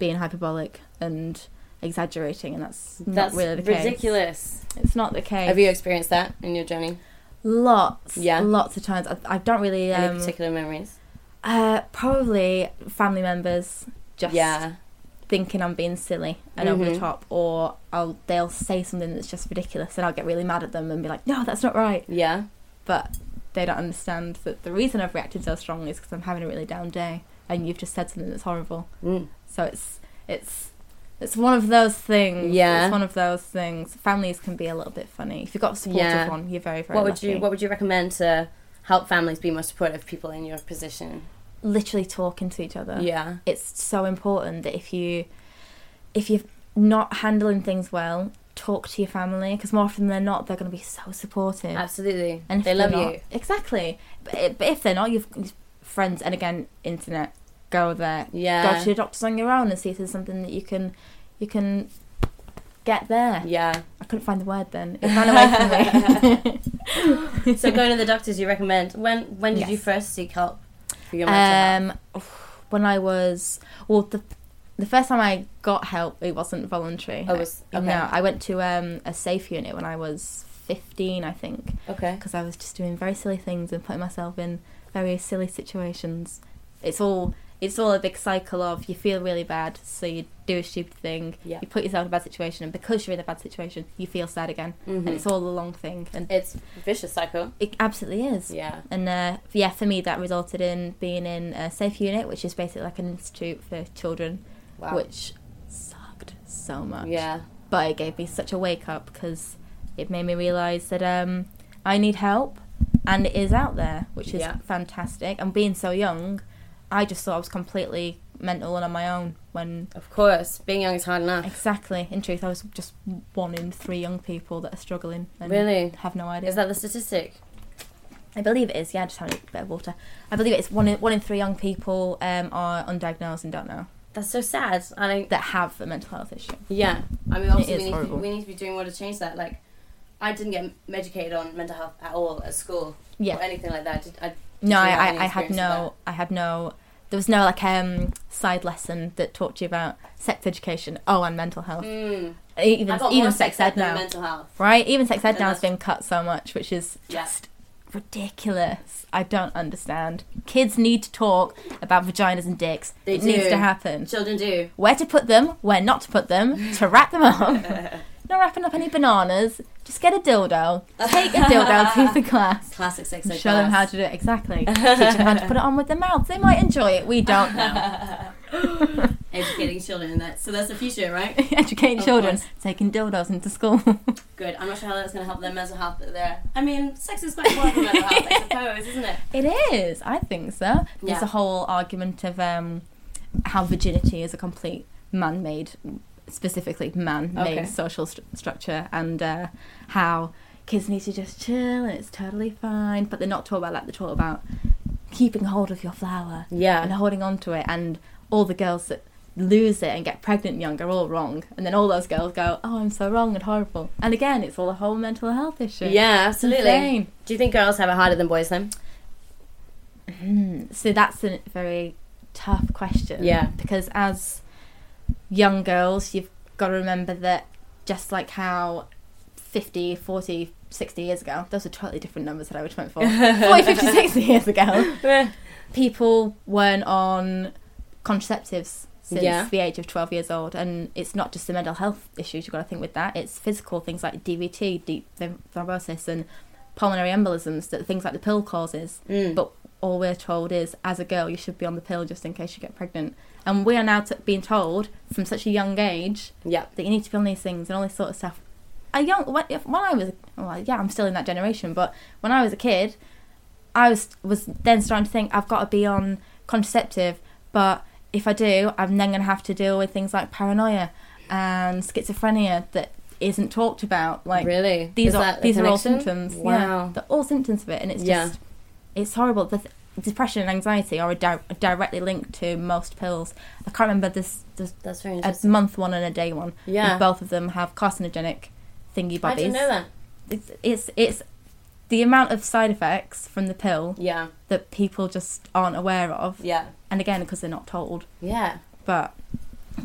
Speaker 3: being hyperbolic and exaggerating, and that's,
Speaker 1: That's
Speaker 3: not really the case.
Speaker 1: ridiculous.
Speaker 3: It's not the case.
Speaker 1: Have you experienced that in your journey?
Speaker 3: Lots,
Speaker 1: Yeah.
Speaker 3: lots of times. I, I don't really.
Speaker 1: Any
Speaker 3: Um,
Speaker 1: particular memories?
Speaker 3: uh, probably family members just
Speaker 1: Yeah,
Speaker 3: thinking I'm being silly and over
Speaker 1: Mm-hmm.
Speaker 3: the top, or I'll they'll say something that's just ridiculous, and I'll get really mad at them and be like, "No, that's not right."
Speaker 1: yeah,
Speaker 3: But they don't understand that the reason I've reacted so strongly is because I'm having a really down day, and you've just said something that's horrible.
Speaker 1: Mm.
Speaker 3: So it's it's. It's one of those things.
Speaker 1: Yeah.
Speaker 3: It's one of those things. Families can be a little bit funny. If you've got a supportive
Speaker 1: Yeah.
Speaker 3: one, you're very, very
Speaker 1: What would
Speaker 3: lucky.
Speaker 1: you What would you recommend to help families be more supportive people in your position?
Speaker 3: Literally talking to each other.
Speaker 1: Yeah,
Speaker 3: it's so important that if you if you're not handling things well talk to your family because more often than not they're going to be so supportive
Speaker 1: absolutely.
Speaker 3: and if
Speaker 1: they
Speaker 3: they're
Speaker 1: love
Speaker 3: not-
Speaker 1: you.
Speaker 3: exactly but, i- but if they're not you've you've friends and again internet go there go
Speaker 1: Yeah.
Speaker 3: to your doctors on your own and see if there's something that you can you can get there
Speaker 1: Yeah.
Speaker 3: i couldn't find the word then it ran away from me
Speaker 1: so going to the doctors, you recommend. When When did you
Speaker 3: Yes.
Speaker 1: first seek help for your mental health?
Speaker 3: um when i was well the the first time i got help it wasn't voluntary
Speaker 1: Oh, it was- okay.
Speaker 3: no i went to um a safe unit when i was 15 i think
Speaker 1: Okay.
Speaker 3: because i was just doing very silly things and putting myself in very silly situations it's all it's all a big cycle of you feel really bad so you do a stupid thing
Speaker 1: Yeah.
Speaker 3: you put yourself in a bad situation and because you're in a bad situation you feel sad again and it's all a long thing and
Speaker 1: Mm-hmm. It's vicious cycle.
Speaker 3: it absolutely is
Speaker 1: Yeah.
Speaker 3: and uh, yeah, for me, that resulted in being in a safe unit, which is basically like an institute for children,
Speaker 1: Wow.
Speaker 3: which sucked so much.
Speaker 1: Yeah.
Speaker 3: But it gave me such a wake up because it made me realise that um, I need help and it is out there, which is
Speaker 1: Yeah.
Speaker 3: fantastic. And being so young, I just thought I was completely mental and on my own when
Speaker 1: Of course, being young is hard enough.
Speaker 3: exactly in truth I was just one in three young people that are struggling and
Speaker 1: Really?
Speaker 3: have no idea.
Speaker 1: Is that the statistic?
Speaker 3: I believe it is. Yeah, just having a bit of water. I believe it's one in one in three young people um, are undiagnosed and don't know
Speaker 1: That's so sad. And I,
Speaker 3: that have a mental health issue.
Speaker 1: yeah, I mean, obviously
Speaker 3: is
Speaker 1: we need, to,
Speaker 3: horrible.
Speaker 1: we need to be doing more to change that. Like, I didn't get m- educated on mental health at all at school
Speaker 3: Yeah.
Speaker 1: or anything like that. Did, I, did you
Speaker 3: No, I,
Speaker 1: have
Speaker 3: I,
Speaker 1: any
Speaker 3: I had
Speaker 1: experience with
Speaker 3: no, I had no. There was no like um side lesson that taught you about sex education. Oh, and mental health. E,
Speaker 1: that? Mm.
Speaker 3: Even
Speaker 1: I got
Speaker 3: even
Speaker 1: more
Speaker 3: sex
Speaker 1: ed
Speaker 3: ed
Speaker 1: than
Speaker 3: now,
Speaker 1: mental health.
Speaker 3: right? Even sex ed
Speaker 1: And
Speaker 3: now has
Speaker 1: that's-
Speaker 3: been cut so much, which is
Speaker 1: Yeah.
Speaker 3: just ridiculous. I don't understand. Kids need to talk about vaginas and dicks.
Speaker 1: They
Speaker 3: it needs
Speaker 1: do.
Speaker 3: to happen.
Speaker 1: Children do.
Speaker 3: where to put them, where not to put them, to wrap them up. Not wrapping up any bananas. Just get a dildo. Take a dildo to the class.
Speaker 1: Classic sex ed
Speaker 3: Show them how
Speaker 1: class.
Speaker 3: to do it exactly. Teach them how to put it on with their mouths. They might enjoy it. We don't know.
Speaker 1: Educating children in that. So that's the future, right?
Speaker 3: Educating
Speaker 1: Of
Speaker 3: children,
Speaker 1: course.
Speaker 3: taking dildos into school.
Speaker 1: Good. I'm not sure how that's going to help their mental health. But they're, I mean, sex is quite important for mental health, I suppose, isn't it?
Speaker 3: it is. I think so. There's
Speaker 1: Yeah.
Speaker 3: a whole argument of um, how virginity is a complete man-made, specifically man-made
Speaker 1: Okay.
Speaker 3: social stru- structure, and uh, how kids need to just chill and it's totally fine. But they're not taught about that. They're taught about keeping hold of your flower.
Speaker 1: Yeah.
Speaker 3: and holding on to it and all the girls that lose it and get pregnant young are all wrong and then all those girls go oh i'm so wrong and horrible and again it's all a whole mental health issue
Speaker 1: Yeah, absolutely.
Speaker 3: Insane.
Speaker 1: Do you think girls have it harder than boys then?
Speaker 3: Mm. so that's a very tough question
Speaker 1: Yeah.
Speaker 3: because as young girls you've got to remember that just like how 50 40 60 years ago those are totally different numbers that i would went for 40 50 60 years ago people weren't on contraceptives since
Speaker 1: Yeah.
Speaker 3: the age of 12 years old and it's not just the mental health issues you've got to think with that it's physical things like dvt deep thrombosis and pulmonary embolisms that things like the pill causes
Speaker 1: Mm.
Speaker 3: but all we're told is as a girl you should be on the pill just in case you get pregnant and we are now t- being told from such a young age
Speaker 1: Yeah.
Speaker 3: that you need to be on these things and all this sort of stuff. I young when, if- when I was well, yeah, I'm still in that generation, but when I was a kid, I was was then starting to think I've got to be on contraceptive, but if I do, I'm then going to have to deal with things like paranoia and schizophrenia that isn't talked about. Like
Speaker 1: Really?
Speaker 3: these
Speaker 1: Is
Speaker 3: are
Speaker 1: that the
Speaker 3: these are all
Speaker 1: connection?
Speaker 3: symptoms.
Speaker 1: Wow.
Speaker 3: Yeah, they're all symptoms of it, and it's
Speaker 1: Yeah.
Speaker 3: just it's horrible. The th- depression and anxiety are a di- directly linked to most pills. I can't remember this. this
Speaker 1: That's very
Speaker 3: a
Speaker 1: interesting.
Speaker 3: month one and a day one.
Speaker 1: Yeah.
Speaker 3: And both of them have carcinogenic thingy
Speaker 1: I
Speaker 3: bobbies.
Speaker 1: didn't know that.
Speaker 3: It's, it's it's the amount of side effects from the pill
Speaker 1: Yeah.
Speaker 3: that people just aren't aware of,
Speaker 1: Yeah.
Speaker 3: and again because they're not told.
Speaker 1: Yeah.
Speaker 3: But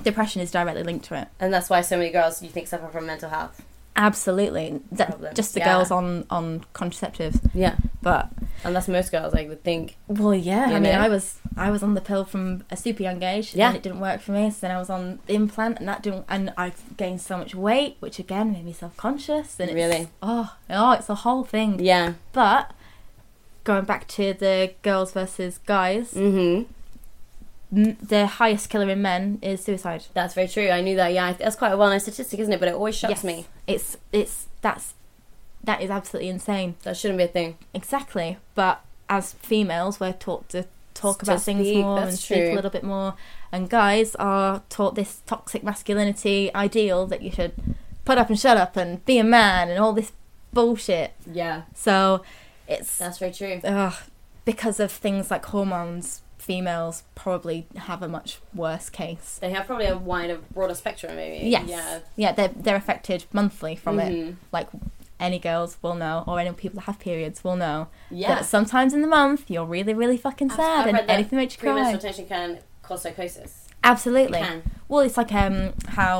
Speaker 3: depression is directly linked to it.
Speaker 1: And that's why so many girls you think suffer from mental health.
Speaker 3: Absolutely, That-
Speaker 1: Problem.
Speaker 3: just the
Speaker 1: Yeah.
Speaker 3: girls on on contraceptives.
Speaker 1: Yeah.
Speaker 3: But
Speaker 1: And that's most girls, I would think.
Speaker 3: well, yeah,
Speaker 1: You
Speaker 3: I mean,
Speaker 1: know?
Speaker 3: I was I was on the pill from a super young age,
Speaker 1: Yeah.
Speaker 3: and it didn't work for me. So then I was on the implant, and that didn't, and I gained so much weight, which again made me self conscious. And it's,
Speaker 1: Really?
Speaker 3: oh, oh, it's a whole thing.
Speaker 1: Yeah.
Speaker 3: But going back to the girls versus guys,
Speaker 1: Mm-hmm. Mm.
Speaker 3: m- the highest killer in men is suicide.
Speaker 1: That's very true. I knew that. Yeah. I- That's quite a well-known statistic, isn't it? But it always shocks me.
Speaker 3: It's it's that's that is absolutely insane.
Speaker 1: That shouldn't be a thing.
Speaker 3: Exactly. But as females, we're taught to talk
Speaker 1: To
Speaker 3: about things
Speaker 1: speak,
Speaker 3: more and
Speaker 1: that's
Speaker 3: speak
Speaker 1: true.
Speaker 3: a little bit more. And guys are taught this toxic masculinity ideal that you should put up and shut up and be a man and all this bullshit.
Speaker 1: Yeah.
Speaker 3: So it's
Speaker 1: That's very true.
Speaker 3: Ugh, because of things like hormones, females probably have a much worse case.
Speaker 1: They have probably a wider, broader spectrum, maybe.
Speaker 3: Yes.
Speaker 1: Yeah.
Speaker 3: Yeah, they're, they're affected monthly from it.
Speaker 1: Mhm.
Speaker 3: Like any girls will know, or any people that have periods will know.
Speaker 1: Yeah.
Speaker 3: That sometimes in the month you're really, really fucking
Speaker 1: I've- I've
Speaker 3: sad
Speaker 1: read
Speaker 3: and
Speaker 1: that
Speaker 3: anything makes you cry.
Speaker 1: Premenstruation can cause psychosis.
Speaker 3: Absolutely.
Speaker 1: It can.
Speaker 3: Well, it's like um how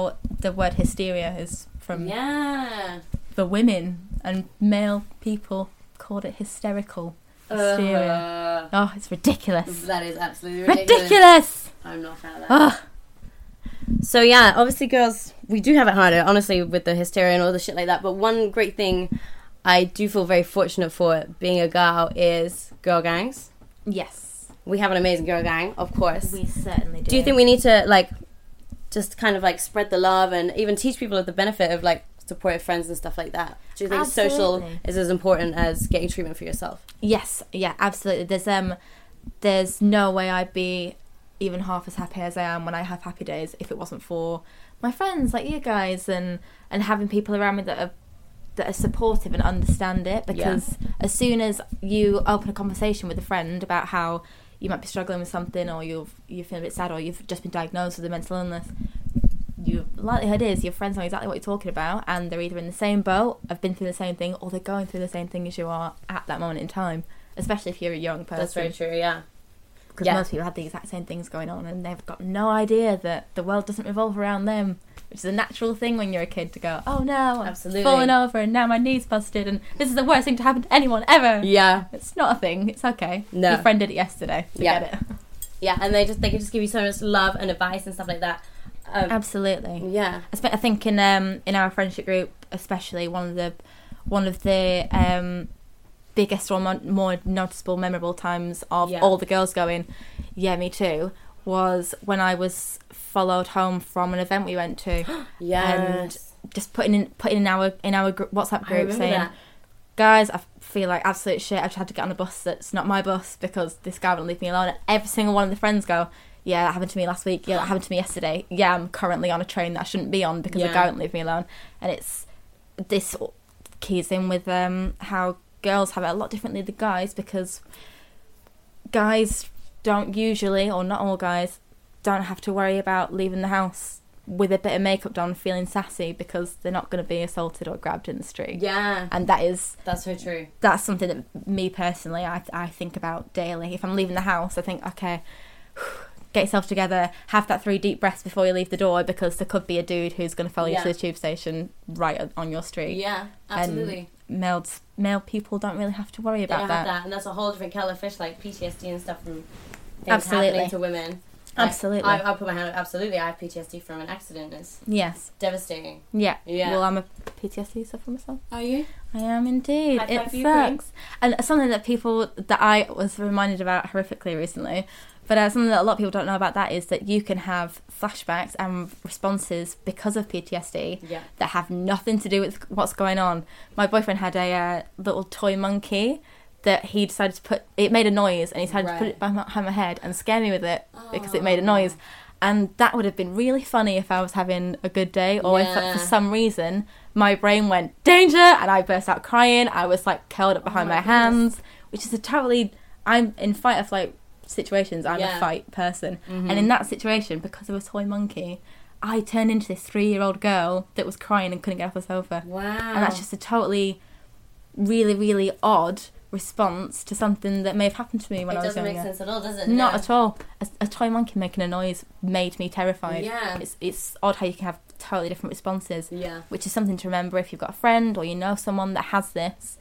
Speaker 3: the word hysteria is from
Speaker 1: Yeah.
Speaker 3: the women and male people called it hysterical. Hysteria.
Speaker 1: Uh,
Speaker 3: Oh, it's ridiculous.
Speaker 1: that is absolutely ridiculous.
Speaker 3: Ridiculous!
Speaker 1: I'm not a fan of that.
Speaker 3: Ugh.
Speaker 1: Ah. So yeah, obviously, girls, we do have it harder, honestly, with the hysteria and all the shit like that. But one great thing I do feel very fortunate for being a girl is girl gangs.
Speaker 3: Yes.
Speaker 1: We have an amazing girl gang, of course.
Speaker 3: We certainly do.
Speaker 1: do you think we need to like just kind of like spread the love and even teach people of the benefit of like the supportive friends and stuff like that. Do you think social
Speaker 3: Absolutely.
Speaker 1: is as important as getting treatment for yourself?
Speaker 3: Yes, yeah, absolutely. There's um, there's no way I'd be even half as happy as I am when I have happy days if it wasn't for my friends like you guys and and having people around me that are that are supportive and understand it because as soon as you open a conversation with a friend about how you might be struggling with something or you've you feel a bit sad or you've just been diagnosed with a mental illness you likelihood is your friends know exactly what you're talking about and they're either in the same boat have been through the same thing or they're going through the same thing as you are at that moment in time especially if you're a young person
Speaker 1: That's very true. Yeah.
Speaker 3: because
Speaker 1: yeah.
Speaker 3: most people have the exact same things going on and they've got no idea that the world doesn't revolve around them which is a natural thing when you're a kid to go oh no i'm
Speaker 1: Absolutely.
Speaker 3: falling over and now my knee's busted and this is the worst thing to happen to anyone ever
Speaker 1: Yeah.
Speaker 3: it's not a thing it's okay
Speaker 1: No.
Speaker 3: your friend did it yesterday
Speaker 1: Yeah.
Speaker 3: forget it
Speaker 1: Yeah, and they just they can just give you so much love and advice and stuff like that. Um,
Speaker 3: absolutely
Speaker 1: yeah.
Speaker 3: I spe- I think in um in our friendship group, especially one of the one of the um biggest or mo- more noticeable, memorable times of
Speaker 1: Yeah.
Speaker 3: all the girls going, yeah, me too, was when I was followed home from an event we went to,
Speaker 1: Yes.
Speaker 3: and just putting in putting in our in our gr- WhatsApp group
Speaker 1: remember
Speaker 3: saying,
Speaker 1: that.
Speaker 3: guys, I feel like absolute shit. I just had to get on a bus that's not my bus because this guy wouldn't leave me alone. And every single one of the friends go. Yeah, that happened to me last week. Yeah, that happened to me yesterday. Yeah, I'm currently on a train that I shouldn't be on because
Speaker 1: Yeah.
Speaker 3: the guy won't leave me alone. And it's this keys in with um, how girls have it a lot differently than guys because guys don't usually, or not all guys, don't have to worry about leaving the house with a bit of makeup on, feeling sassy because they're not going to be assaulted or grabbed in the street.
Speaker 1: Yeah.
Speaker 3: And that is
Speaker 1: That's so true.
Speaker 3: that's something that me personally I, I think about daily. If I'm leaving the house, I think okay, get yourself together, have that three deep breaths before you leave the door because there could be a dude who's going to follow
Speaker 1: Yeah.
Speaker 3: you to the tube station right on- on your street.
Speaker 1: Yeah,
Speaker 3: And
Speaker 1: absolutely.
Speaker 3: males male people don't really have to worry
Speaker 1: they
Speaker 3: about
Speaker 1: don't have
Speaker 3: that.
Speaker 1: that, and that's a whole different kettle of fish, like PTSD and stuff from things
Speaker 3: Absolutely.
Speaker 1: happening to women. Like,
Speaker 3: Absolutely.
Speaker 1: I, I'll put my hand up. Absolutely, I have PTSD from an accident. It's
Speaker 3: Yes.
Speaker 1: devastating.
Speaker 3: Yeah.
Speaker 1: Yeah.
Speaker 3: Well, I'm a PTSD sufferer myself.
Speaker 1: Are you?
Speaker 3: I am indeed.
Speaker 1: High five
Speaker 3: it
Speaker 1: for you, Queen.
Speaker 3: sucks. And something that people that I was reminded about horrifically recently, but uh, something that a lot of people don't know about that is that you can have flashbacks and responses because of PTSD
Speaker 1: Yeah.
Speaker 3: that have nothing to do with what's going on. My boyfriend had a uh, little toy monkey that he decided to put. It made a noise, and he decided to put
Speaker 1: Right. Oh.
Speaker 3: it behind my, behind my head and scare me with it because it made a noise. And that would have been really funny if I was having a good day, or
Speaker 1: Yeah.
Speaker 3: if for some reason my brain went danger and I burst out crying. I was like curled up behind
Speaker 1: Oh my
Speaker 3: my, hands, which is a totally. I'm in fight or flight situations. I'm
Speaker 1: Yeah. Mm-hmm.
Speaker 3: a fight person, and in that situation, because of a toy monkey, I turned into this three-year-old girl that was crying and couldn't get off the sofa.
Speaker 1: Wow.
Speaker 3: And that's just a totally, really, really odd response to something that may have happened to me when
Speaker 1: it
Speaker 3: I was
Speaker 1: doesn't
Speaker 3: younger.
Speaker 1: make sense at all, does it?
Speaker 3: Not
Speaker 1: No.
Speaker 3: at all. A, a toy monkey making a noise made me terrified.
Speaker 1: Yeah.
Speaker 3: It's, it's odd how you can have totally different responses.
Speaker 1: Yeah.
Speaker 3: Which is something to remember if you've got a friend or you know someone that has this.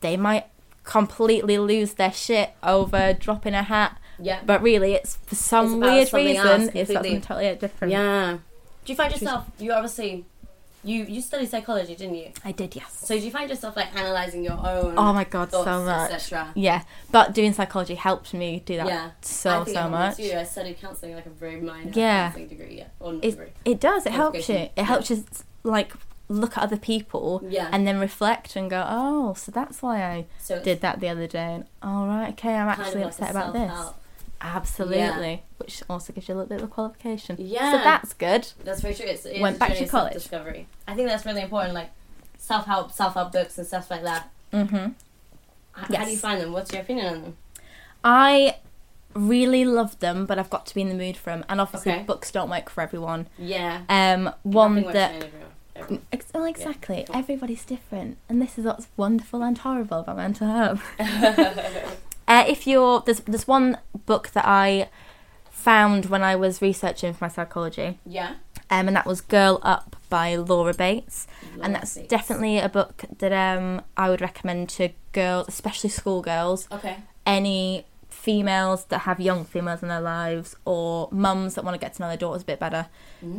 Speaker 3: They might completely lose their shit over dropping a hat.
Speaker 1: Yeah.
Speaker 3: But really, it's for
Speaker 1: It's
Speaker 3: some
Speaker 1: about
Speaker 3: weird
Speaker 1: something
Speaker 3: reason,
Speaker 1: else
Speaker 3: it's about
Speaker 1: completely.
Speaker 3: something totally different.
Speaker 1: Yeah. Do you find yourself? You obviously, you you studied psychology, didn't you?
Speaker 3: I did, yes.
Speaker 1: So do you find yourself like analyzing your own?
Speaker 3: Oh my god,
Speaker 1: thoughts,
Speaker 3: so much.
Speaker 1: Etc.
Speaker 3: Yeah, but doing psychology helped me do that
Speaker 1: Yeah. I
Speaker 3: so
Speaker 1: think it
Speaker 3: so
Speaker 1: helped me
Speaker 3: much.
Speaker 1: Too. I studied counselling like a very minor
Speaker 3: Yeah.
Speaker 1: counselling degree. Yeah. Or not degree.
Speaker 3: It it does. It helps you.
Speaker 1: Qualification,
Speaker 3: It helps you like look at other people
Speaker 1: Yeah.
Speaker 3: and then reflect and go, oh, so that's why I
Speaker 1: So it's-
Speaker 3: did that the other day. And all right, okay, I'm
Speaker 1: Kind of
Speaker 3: actually
Speaker 1: like a
Speaker 3: upset about this.
Speaker 1: self-help.
Speaker 3: Absolutely,
Speaker 1: Yeah.
Speaker 3: which also gives you a little bit of a qualification. so
Speaker 1: Yeah.
Speaker 3: that's good.
Speaker 1: That's very true. It's, it's
Speaker 3: Went
Speaker 1: a
Speaker 3: back
Speaker 1: journey
Speaker 3: to
Speaker 1: of
Speaker 3: college.
Speaker 1: Self-discovery. I think that's really important. Like self help, self help books and stuff like that.
Speaker 3: Mm-hmm.
Speaker 1: H- How
Speaker 3: Yes.
Speaker 1: do you find them? What's your opinion on them?
Speaker 3: I really love them, but I've got to be in the mood for them. And obviously,
Speaker 1: Okay.
Speaker 3: books don't work for everyone.
Speaker 1: Yeah.
Speaker 3: Um,
Speaker 1: Nothing
Speaker 3: one
Speaker 1: works
Speaker 3: that
Speaker 1: for everyone. Everyone.
Speaker 3: Ex- well, exactly. Everybody's different, and this is what's wonderful and horrible about mental health. uh, if you're there's there's one book that I found when I was researching for my psychology,
Speaker 1: Yeah.
Speaker 3: um, and that was Girl Up by Laura Bates,
Speaker 1: Laura
Speaker 3: and that's
Speaker 1: Bates.
Speaker 3: definitely a book that um I would recommend to girls, especially schoolgirls,
Speaker 1: Okay.
Speaker 3: any females that have young females in their lives or mums that want to get to know their daughters a bit better.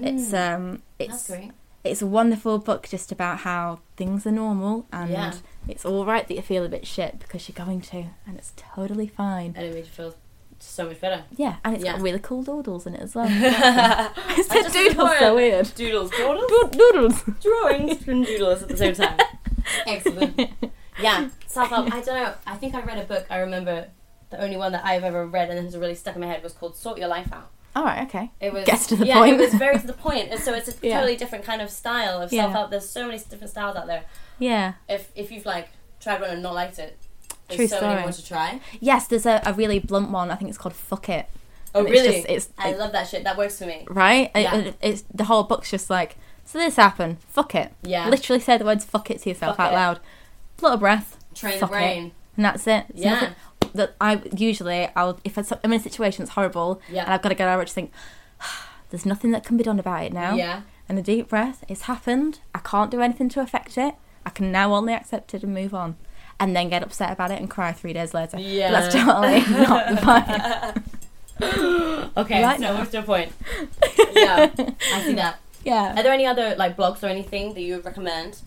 Speaker 3: It's um it's
Speaker 1: Mm. That's great.
Speaker 3: it's a wonderful book just about how things are normal and
Speaker 1: Yeah.
Speaker 3: it's all right that you feel a bit shit because you're going to and it's totally fine
Speaker 1: And it made you feel so much better.
Speaker 3: Yeah, and it's
Speaker 1: Uh, Yeah.
Speaker 3: got really cool doodles in it as well.
Speaker 1: I
Speaker 3: said
Speaker 1: just
Speaker 3: doodles
Speaker 1: said
Speaker 3: so weird.
Speaker 1: Doodles, doodles,
Speaker 3: Do- doodles.
Speaker 1: drawings, and doodles at the same time. Excellent. Yeah, self help. I don't know. I think I read a book. I remember the only one that I've ever read and has really stuck in my head was called "Sort Your Life Out."
Speaker 3: All right, okay.
Speaker 1: It was
Speaker 3: Gets to the
Speaker 1: yeah,
Speaker 3: point.
Speaker 1: it was very to the point. And so it's a
Speaker 3: Yeah.
Speaker 1: totally different kind of style of
Speaker 3: Yeah.
Speaker 1: self help. There's so many different styles out there.
Speaker 3: Yeah.
Speaker 1: If if you've like tried one and not liked it, there's
Speaker 3: True
Speaker 1: so
Speaker 3: story.
Speaker 1: many more to try.
Speaker 3: Yes, there's a, a really blunt one. I think it's called "Fuck It."
Speaker 1: Oh
Speaker 3: And it's
Speaker 1: really?
Speaker 3: just- it's-
Speaker 1: I love that shit. That works for me.
Speaker 3: Right? It-
Speaker 1: Yeah.
Speaker 3: It, it's the whole book's just like, so this happened. Fuck it.
Speaker 1: Yeah.
Speaker 3: Literally say the words "fuck it" to yourself
Speaker 1: Fuck
Speaker 3: out
Speaker 1: it.
Speaker 3: loud. Blow a breath.
Speaker 1: Train
Speaker 3: fuck
Speaker 1: the brain.
Speaker 3: It, and that's it. It's
Speaker 1: Yeah.
Speaker 3: nothing- That I usually I'll if it's- I'm in a situation that's horrible
Speaker 1: Yeah.
Speaker 3: and I've got to get out, I just think there's nothing that can be done about it now.
Speaker 1: Yeah.
Speaker 3: And a deep breath. It's happened. I can't do anything to affect it. I can now only accept it and move on. And then get upset about it and cry three days later.
Speaker 1: Yeah.
Speaker 3: But that's totally not the point.
Speaker 1: Okay,
Speaker 3: Right
Speaker 1: so
Speaker 3: now.
Speaker 1: what's your point? yeah, I see that. Are
Speaker 3: Yeah.
Speaker 1: there any other like blogs or anything that you would recommend?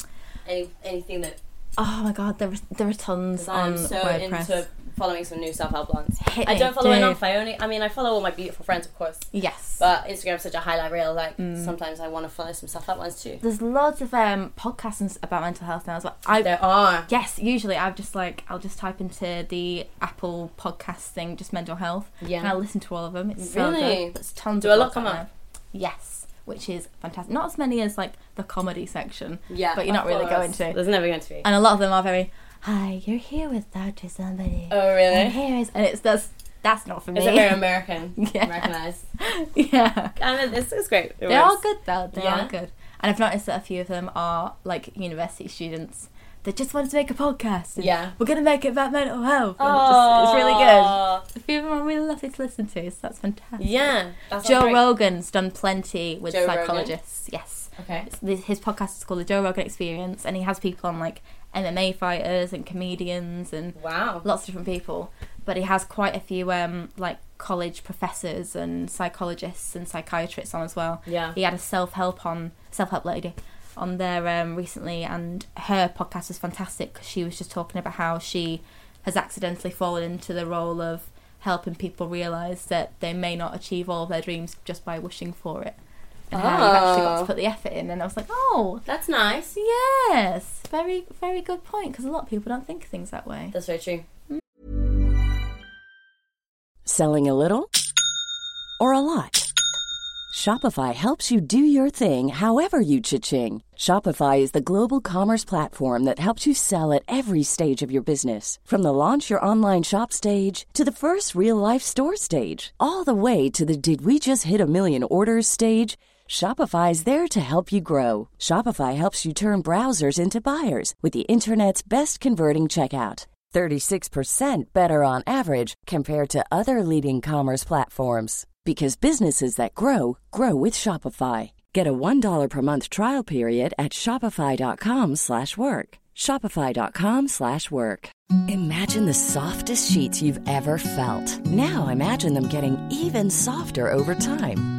Speaker 1: Any anything that
Speaker 3: Oh my god, there are, there are tons
Speaker 1: 'cause
Speaker 3: on
Speaker 1: I'm so
Speaker 3: WordPress.
Speaker 1: into following some new self help blogs.
Speaker 3: Hit
Speaker 1: I
Speaker 3: me,
Speaker 1: don't follow
Speaker 3: dude.
Speaker 1: enough. I only I mean I follow all my beautiful friends of course,
Speaker 3: Yes.
Speaker 1: but Instagram's such a highlight reel. Like
Speaker 3: Mm.
Speaker 1: sometimes I want to follow some self help ones too.
Speaker 3: There's lots of um, podcasts and s- about mental health now as well. I,
Speaker 1: There are.
Speaker 3: Yes, usually I've just like I'll just type into the Apple podcast thing, just mental health.
Speaker 1: Yeah.
Speaker 3: And I listen to all of them. It's so
Speaker 1: Really?
Speaker 3: good. There's tons
Speaker 1: Do
Speaker 3: of
Speaker 1: a lot
Speaker 3: podcasts
Speaker 1: come
Speaker 3: out
Speaker 1: up?
Speaker 3: now. Yes. Which is fantastic. Not as many as like the comedy section.
Speaker 1: Yeah,
Speaker 3: But you're
Speaker 1: of
Speaker 3: not really
Speaker 1: course.
Speaker 3: going to.
Speaker 1: There's never going to be.
Speaker 3: And a lot of them are very Hi, you're here with Dr. Somebody.
Speaker 1: Oh really?
Speaker 3: And here is and it's that's that's not for me.
Speaker 1: Is it very American?
Speaker 3: Yeah.
Speaker 1: Americanized.
Speaker 3: yeah.
Speaker 1: I mean, this is great. It
Speaker 3: They're all
Speaker 1: works.
Speaker 3: good though. They're
Speaker 1: Yeah.
Speaker 3: all good. And I've noticed that a few of them are like university students that just wanted to make a podcast. and
Speaker 1: Yeah.
Speaker 3: We're gonna make it about mental health. And it just, it's really good.
Speaker 1: Aw.
Speaker 3: A few of them are really lovely to listen to, so that's fantastic.
Speaker 1: Yeah. That's all
Speaker 3: Joe
Speaker 1: great.
Speaker 3: Rogan's done plenty with
Speaker 1: Joe Rogan?
Speaker 3: psychologists. Yes.
Speaker 1: Okay.
Speaker 3: It's- this- His podcast is called The Joe Rogan Experience, and he has people on like MMA fighters and comedians and
Speaker 1: Wow.
Speaker 3: lots of different people but he has quite a few um like college professors and psychologists and psychiatrists on as well
Speaker 1: Yeah.
Speaker 3: he had a self-help on self-help lady on there um recently and her podcast was fantastic because she was just talking about how she has accidentally fallen into the role of helping people realize that they may not achieve all of their dreams just by wishing for it and how you've actually got
Speaker 1: Oh.
Speaker 3: to put the effort in and i was like oh
Speaker 1: That's nice.
Speaker 3: yes very very good point because a lot of people don't think of things that way
Speaker 1: That's very true.
Speaker 4: Selling a little or a lot? Shopify helps you do your thing however you cha-ching. Shopify is the global commerce platform that helps you sell at every stage of your business. From the launch your online shop stage to the first real life store stage, all the way to the did we just hit a million orders stage. Shopify is there to help you grow. Shopify helps you turn browsers into buyers with the internet's best converting checkout. 36% better on average compared to other leading commerce platforms because businesses that grow grow with Shopify. Get a $1 per month trial period at shopify.com/work. slash work. shopify.com/work. slash work. Imagine the softest sheets you've ever felt. Now imagine them getting even softer over time.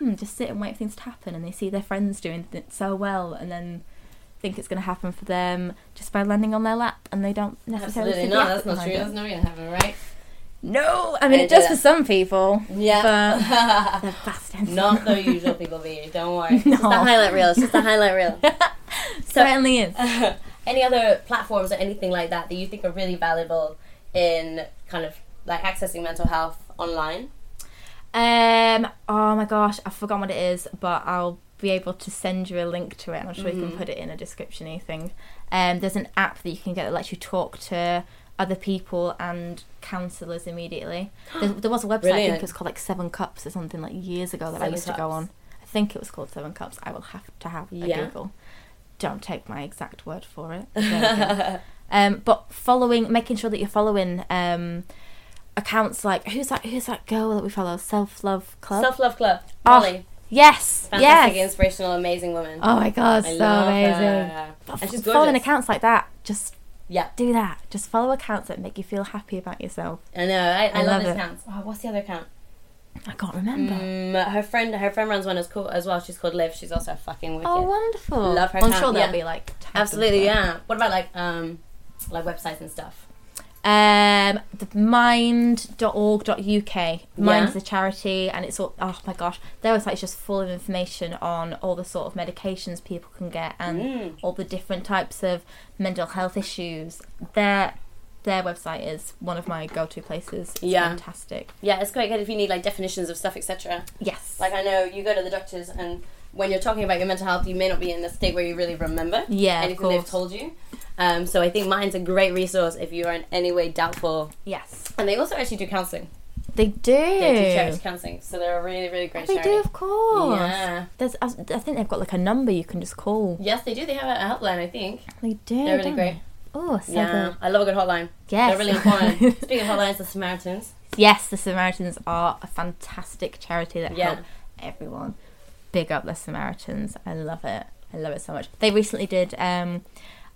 Speaker 3: hmm, just sit and wait for things to happen and they see their friends doing it so well and then think it's going to happen for them just by landing on their lap and they don't necessarily
Speaker 1: Absolutely
Speaker 3: see the
Speaker 1: not.
Speaker 3: effort
Speaker 1: That's not true. That's
Speaker 3: behind it.
Speaker 1: never gonna happen, right?
Speaker 3: no i mean
Speaker 1: I
Speaker 3: it
Speaker 1: do
Speaker 3: does
Speaker 1: that.
Speaker 3: for some people
Speaker 1: Yeah.
Speaker 3: but they're bastards
Speaker 1: Not the usual people be. Don't worry. It's
Speaker 3: No.
Speaker 1: just the highlight reel. It's just the highlight reel.
Speaker 3: certainly is
Speaker 1: Any other platforms or anything like that that you think are really valuable in kind of like accessing mental health online?
Speaker 3: Um. Oh my gosh, I've forgotten what it is, but I'll be able to send you a link to it, and I'm sure
Speaker 1: Mm-hmm.
Speaker 3: you can put it in a descriptiony thing. Um. There's an app that you can get that lets you talk to other people and counsellors immediately. There, there was a website I think
Speaker 1: Brilliant.
Speaker 3: it was called like Seven Cups or something like years ago that I
Speaker 1: Seven
Speaker 3: used to go
Speaker 1: Cups.
Speaker 3: on. I think it was called Seven Cups. I will have to have a
Speaker 1: Yeah.
Speaker 3: Google. Don't take my exact word for it. There we go. um, but following, making sure that you're following um, accounts like who's that? Who's that girl that we follow? Self Love Club.
Speaker 1: Self Love Club.
Speaker 3: Oh,
Speaker 1: Molly.
Speaker 3: yes,
Speaker 1: Fantastic,
Speaker 3: yes.
Speaker 1: inspirational, amazing woman.
Speaker 3: Oh my god,
Speaker 1: I
Speaker 3: so
Speaker 1: love
Speaker 3: amazing!
Speaker 1: her.
Speaker 3: But
Speaker 1: And she's
Speaker 3: f- following
Speaker 1: gorgeous.
Speaker 3: accounts like that, just
Speaker 1: Yeah.
Speaker 3: do that. Just follow accounts that make you feel happy about yourself.
Speaker 1: I know. I, I,
Speaker 3: I
Speaker 1: love,
Speaker 3: love
Speaker 1: this
Speaker 3: it.
Speaker 1: account. Oh, what's the other account?
Speaker 3: I can't remember.
Speaker 1: Mm, her friend, her friend runs one as cool as well. She's called Liv. She's also fucking wicked.
Speaker 3: Oh, wonderful!
Speaker 1: Love her
Speaker 3: I'm
Speaker 1: account,
Speaker 3: sure
Speaker 1: yeah.
Speaker 3: there'll be like tags and
Speaker 1: Absolutely,
Speaker 3: stuff.
Speaker 1: yeah. What about like um, like websites and stuff?
Speaker 3: Um, the mind.org.uk. Mind's
Speaker 1: Yeah.
Speaker 3: the charity, and it's all. Oh my gosh, their website is just full of information on all the sort of medications people can get and
Speaker 1: Mm.
Speaker 3: all the different types of mental health issues. Their their website is one of my go-to places. It's
Speaker 1: Yeah.
Speaker 3: fantastic.
Speaker 1: Yeah, it's quite good if you need like definitions of stuff, etc.
Speaker 3: Yes.
Speaker 1: Like I know you go to the doctors, and when you're talking about your mental health, you may not be in the state where you really remember
Speaker 3: Yeah, of
Speaker 1: anything they've
Speaker 3: course.
Speaker 1: told you. Um, so I think mine's a great resource if you are in any way doubtful.
Speaker 3: yes,
Speaker 1: And they also actually do counseling.
Speaker 3: they do.
Speaker 1: They do charity counseling, so they're a really, really great
Speaker 3: They
Speaker 1: charity.
Speaker 3: do, of course.
Speaker 1: Yeah.
Speaker 3: There's, I, I think they've got like a number you can just call.
Speaker 1: Yes, they do. They have a helpline, I think.
Speaker 3: They do.
Speaker 1: They're really
Speaker 3: don't
Speaker 1: great.
Speaker 3: they? Oh, so
Speaker 1: yeah,
Speaker 3: good.
Speaker 1: I love a good hotline.
Speaker 3: Yes.
Speaker 1: They're really important. Speaking of hotlines, the Samaritans.
Speaker 3: Yes, the Samaritans are a fantastic charity that
Speaker 1: Yeah.
Speaker 3: help everyone. Big up the Samaritans. I love it. I love it so much. They recently did, um,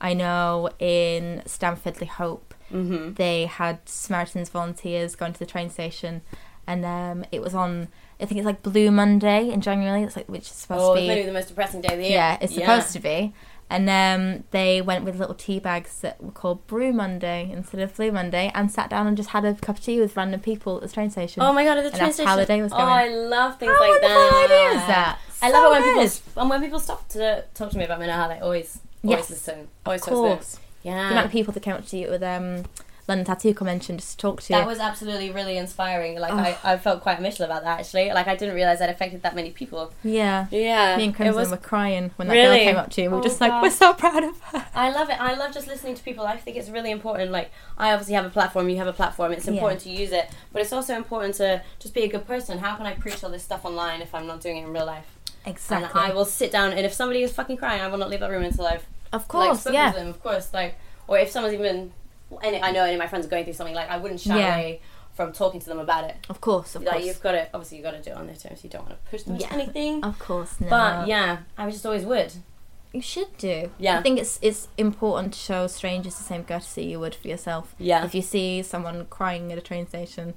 Speaker 3: I know in Stamford Le Hope,
Speaker 1: Mm-hmm.
Speaker 3: they had Samaritans volunteers going to the train station, and um, it was on, I think it's like Blue Monday in January, it's like, which is supposed
Speaker 1: Oh,
Speaker 3: to
Speaker 1: it's
Speaker 3: be
Speaker 1: maybe the most depressing day of the year.
Speaker 3: yeah, it's supposed to be. And um, they went with little tea bags that were called Brew Monday instead of Blue Monday, and sat down and just had a cup of tea with random people at the train station.
Speaker 1: Oh my god, at the
Speaker 3: And
Speaker 1: train
Speaker 3: that's
Speaker 1: station.
Speaker 3: how the day was
Speaker 1: Oh, I
Speaker 3: going.
Speaker 1: love things
Speaker 3: How
Speaker 1: like
Speaker 3: wonderful
Speaker 1: that.
Speaker 3: an idea is that?
Speaker 1: I love it
Speaker 3: So
Speaker 1: when
Speaker 3: good.
Speaker 1: people and when people stop to talk to me about mental health. I always, always
Speaker 3: Yes,
Speaker 1: listen. Always
Speaker 3: of
Speaker 1: talk to them.
Speaker 3: course. The amount
Speaker 1: Yeah.
Speaker 3: of people that came up to you with um, London Tattoo Convention just to talk to you.
Speaker 1: That was absolutely really inspiring. Like I, I felt quite emotional about that actually. Like I didn't realize that affected that many people.
Speaker 3: yeah.
Speaker 1: Yeah,
Speaker 3: Me and
Speaker 1: it
Speaker 3: Crimson
Speaker 1: was-
Speaker 3: were crying when that
Speaker 1: Really?
Speaker 3: girl came up to you. We were
Speaker 1: Oh,
Speaker 3: just like,
Speaker 1: God.
Speaker 3: we're so proud of her.
Speaker 1: I love it. I love just listening to people. I think it's really important. Like I obviously have a platform. You have a platform. It's important to use it, but it's also important to just be a good person. How can I preach all this stuff online if I'm not doing it in real life?
Speaker 3: Exactly.
Speaker 1: And I will sit down, and if somebody is fucking crying, I will not leave that room until I've
Speaker 3: of
Speaker 1: like
Speaker 3: course,
Speaker 1: spoken
Speaker 3: yeah.
Speaker 1: to them. Of course, like or if someone's even, any, I know any of my friends are going through something. Like I wouldn't shy
Speaker 3: Yeah.
Speaker 1: away from talking to them about it.
Speaker 3: Of course, of
Speaker 1: Like
Speaker 3: course.
Speaker 1: you've got to obviously you've got to do it on their terms. You don't want to push them
Speaker 3: Yeah. Oh,
Speaker 1: to anything.
Speaker 3: Of course, no.
Speaker 1: But yeah, I just always would.
Speaker 3: You should do.
Speaker 1: Yeah.
Speaker 3: I think it's it's important to show strangers the same courtesy you would for yourself.
Speaker 1: Yeah.
Speaker 3: If you see someone crying at a train station,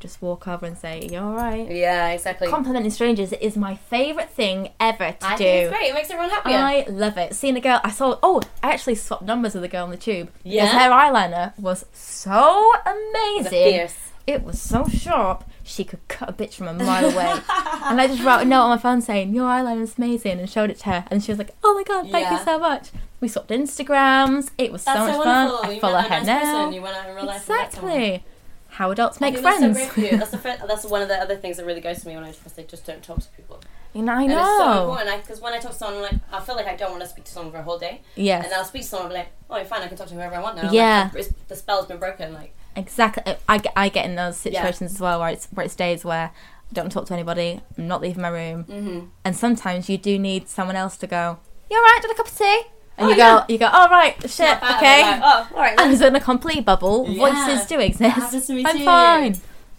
Speaker 3: just walk over and say, You're alright.
Speaker 1: Yeah, exactly.
Speaker 3: Complimenting strangers is my favourite thing ever to
Speaker 1: I
Speaker 3: do.
Speaker 1: think it's great. It makes everyone happier.
Speaker 3: I love it. Seeing a girl, I saw. Oh, I actually swapped numbers with a girl on the tube.
Speaker 1: Yeah?
Speaker 3: because her eyeliner was so amazing.
Speaker 1: fierce.
Speaker 3: It was so sharp. She could cut a bitch from a mile away. and I just wrote a note on my phone saying, "Your eyeliner's amazing," and showed it to her. And she was like, "Oh my god, thank
Speaker 1: Yeah.
Speaker 3: you so much." We swapped Instagrams. It was so
Speaker 1: That's
Speaker 3: much
Speaker 1: so
Speaker 3: fun.
Speaker 1: wonderful.
Speaker 3: I
Speaker 1: You
Speaker 3: follow
Speaker 1: met a
Speaker 3: her
Speaker 1: nice
Speaker 3: now.
Speaker 1: person. You went out in real life. and met someone.
Speaker 3: exactly. How adults
Speaker 1: I
Speaker 3: make
Speaker 1: think
Speaker 3: friends.
Speaker 1: That's, so great for Oh, you. that's, the fir- that's one of the other things that really goes to me when I just I just don't talk to people.
Speaker 3: You know, I
Speaker 1: And it's so
Speaker 3: know.
Speaker 1: important because when I talk to someone, like, I feel like I don't want to speak to someone for a whole day.
Speaker 3: Yes.
Speaker 1: And I'll speak to someone and be like, oh, fine, I can talk to whoever I want now. Like,
Speaker 3: Yeah.
Speaker 1: it's- the spell's been broken. Like,
Speaker 3: Exactly. Uh, I, get- I get in those situations as well where it's where it's days where I don't talk to anybody. I'm not leaving my room,
Speaker 1: Mm-hmm.
Speaker 3: and sometimes you do need someone else to go. You're right. Did a cup of tea, and
Speaker 1: Oh,
Speaker 3: you go.
Speaker 1: yeah.
Speaker 3: You go. All right. Shit.
Speaker 1: snap out of it,
Speaker 3: okay.
Speaker 1: like, oh, all right.
Speaker 3: And
Speaker 1: Like,
Speaker 3: it's in a complete bubble.
Speaker 1: Yeah.
Speaker 3: Voices do exist.
Speaker 1: happens to me
Speaker 3: I'm
Speaker 1: too.
Speaker 3: fine.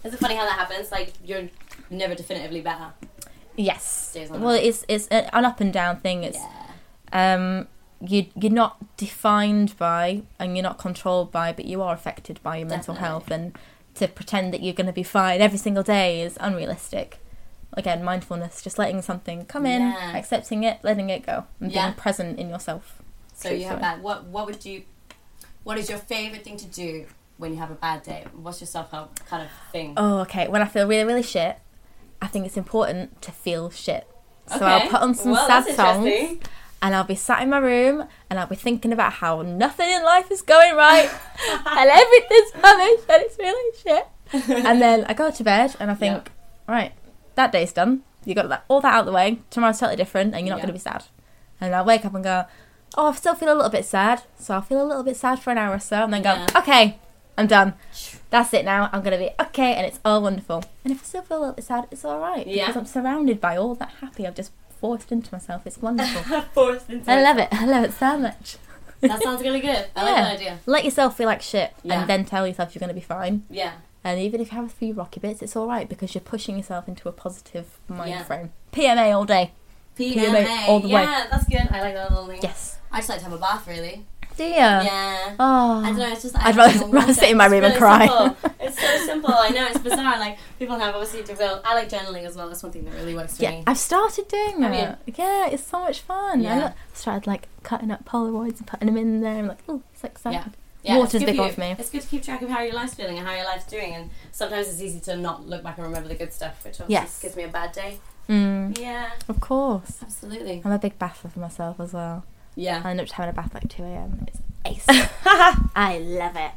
Speaker 1: is it funny how that happens? Like, you're never definitively better.
Speaker 3: Yes.
Speaker 1: Days on
Speaker 3: Well, it's it's a- an up and down thing. It's um you you're not defined by and you're not controlled by, but you are affected by your mental health. And to pretend that you're going to be fine every single day is unrealistic. Again, mindfulness, just letting something come in,
Speaker 1: Yeah.
Speaker 3: accepting it, letting it go, and
Speaker 1: Yeah.
Speaker 3: being present in yourself.
Speaker 1: So you have
Speaker 3: Truthfully.
Speaker 1: that. What What would you? What is your favorite thing to do when you have a bad day? What's your self help kind of thing?
Speaker 3: Oh, okay. When I feel really, really shit, I think it's important to feel shit. So
Speaker 1: Okay.
Speaker 3: I'll put on some
Speaker 1: Well,
Speaker 3: sad
Speaker 1: that's
Speaker 3: songs
Speaker 1: interesting.
Speaker 3: and I'll be sat in my room and I'll be thinking about how nothing in life is going right and everything's rubbish and it's really shit. And then I go to bed and I think, right, that day's done. You got that, all that out of the way. Tomorrow's totally different, and you're not going to be sad. And I'll wake up and go, oh, I still feel a little bit sad. So I'll feel a little bit sad for an hour or so, and then go, okay, I'm done. That's it now. I'm going to be okay, and it's all wonderful. And if I still feel a little bit sad, it's all right.
Speaker 1: Yeah.
Speaker 3: Because I'm surrounded by all that happy I've just forced into myself. It's wonderful.
Speaker 1: Forced into
Speaker 3: I love it. I love it so much.
Speaker 1: That sounds really good. I like that idea.
Speaker 3: Let yourself feel like shit
Speaker 1: Yeah.
Speaker 3: and then tell yourself you're going to be fine.
Speaker 1: Yeah.
Speaker 3: And even if you have a few rocky bits, it's all right because you're pushing yourself into a positive mind
Speaker 1: Yeah.
Speaker 3: frame. PMA all day.
Speaker 1: PMA.
Speaker 3: all the way.
Speaker 1: yeah, that's good. I like that little thing.
Speaker 3: Yes.
Speaker 1: I just like to have a bath, really.
Speaker 3: Do you?
Speaker 1: yeah.
Speaker 3: Oh.
Speaker 1: I don't know. It's just
Speaker 3: I'd
Speaker 1: I
Speaker 3: rather-
Speaker 1: just don't
Speaker 3: rather
Speaker 1: want
Speaker 3: sit
Speaker 1: it.
Speaker 3: in my
Speaker 1: It's
Speaker 3: room and
Speaker 1: really
Speaker 3: cry.
Speaker 1: simple. It's so simple. I know it's bizarre. Like people have obviously developed. I like journaling as well. That's one thing that really works for
Speaker 3: Yeah,
Speaker 1: me.
Speaker 3: I've started doing
Speaker 1: Have
Speaker 3: that. Yeah, it's so much fun.
Speaker 1: Yeah.
Speaker 3: I lo- started like cutting up Polaroids and putting them in there. I'm like, oh, it's exciting.
Speaker 1: Yeah. Yeah, it's
Speaker 3: Water's
Speaker 1: good
Speaker 3: big
Speaker 1: for
Speaker 3: one
Speaker 1: you.
Speaker 3: for me.
Speaker 1: It's good to keep track of how your life's feeling and how your life's doing, and sometimes it's easy to not look back and remember the good stuff, which obviously
Speaker 3: Yes.
Speaker 1: gives me a bad day.
Speaker 3: Mm,
Speaker 1: Yeah,
Speaker 3: of course.
Speaker 1: absolutely.
Speaker 3: I'm a big bather for myself as well. I
Speaker 1: Yeah,
Speaker 3: end up just having a bath at like 2 a.m. It's ace. I love it.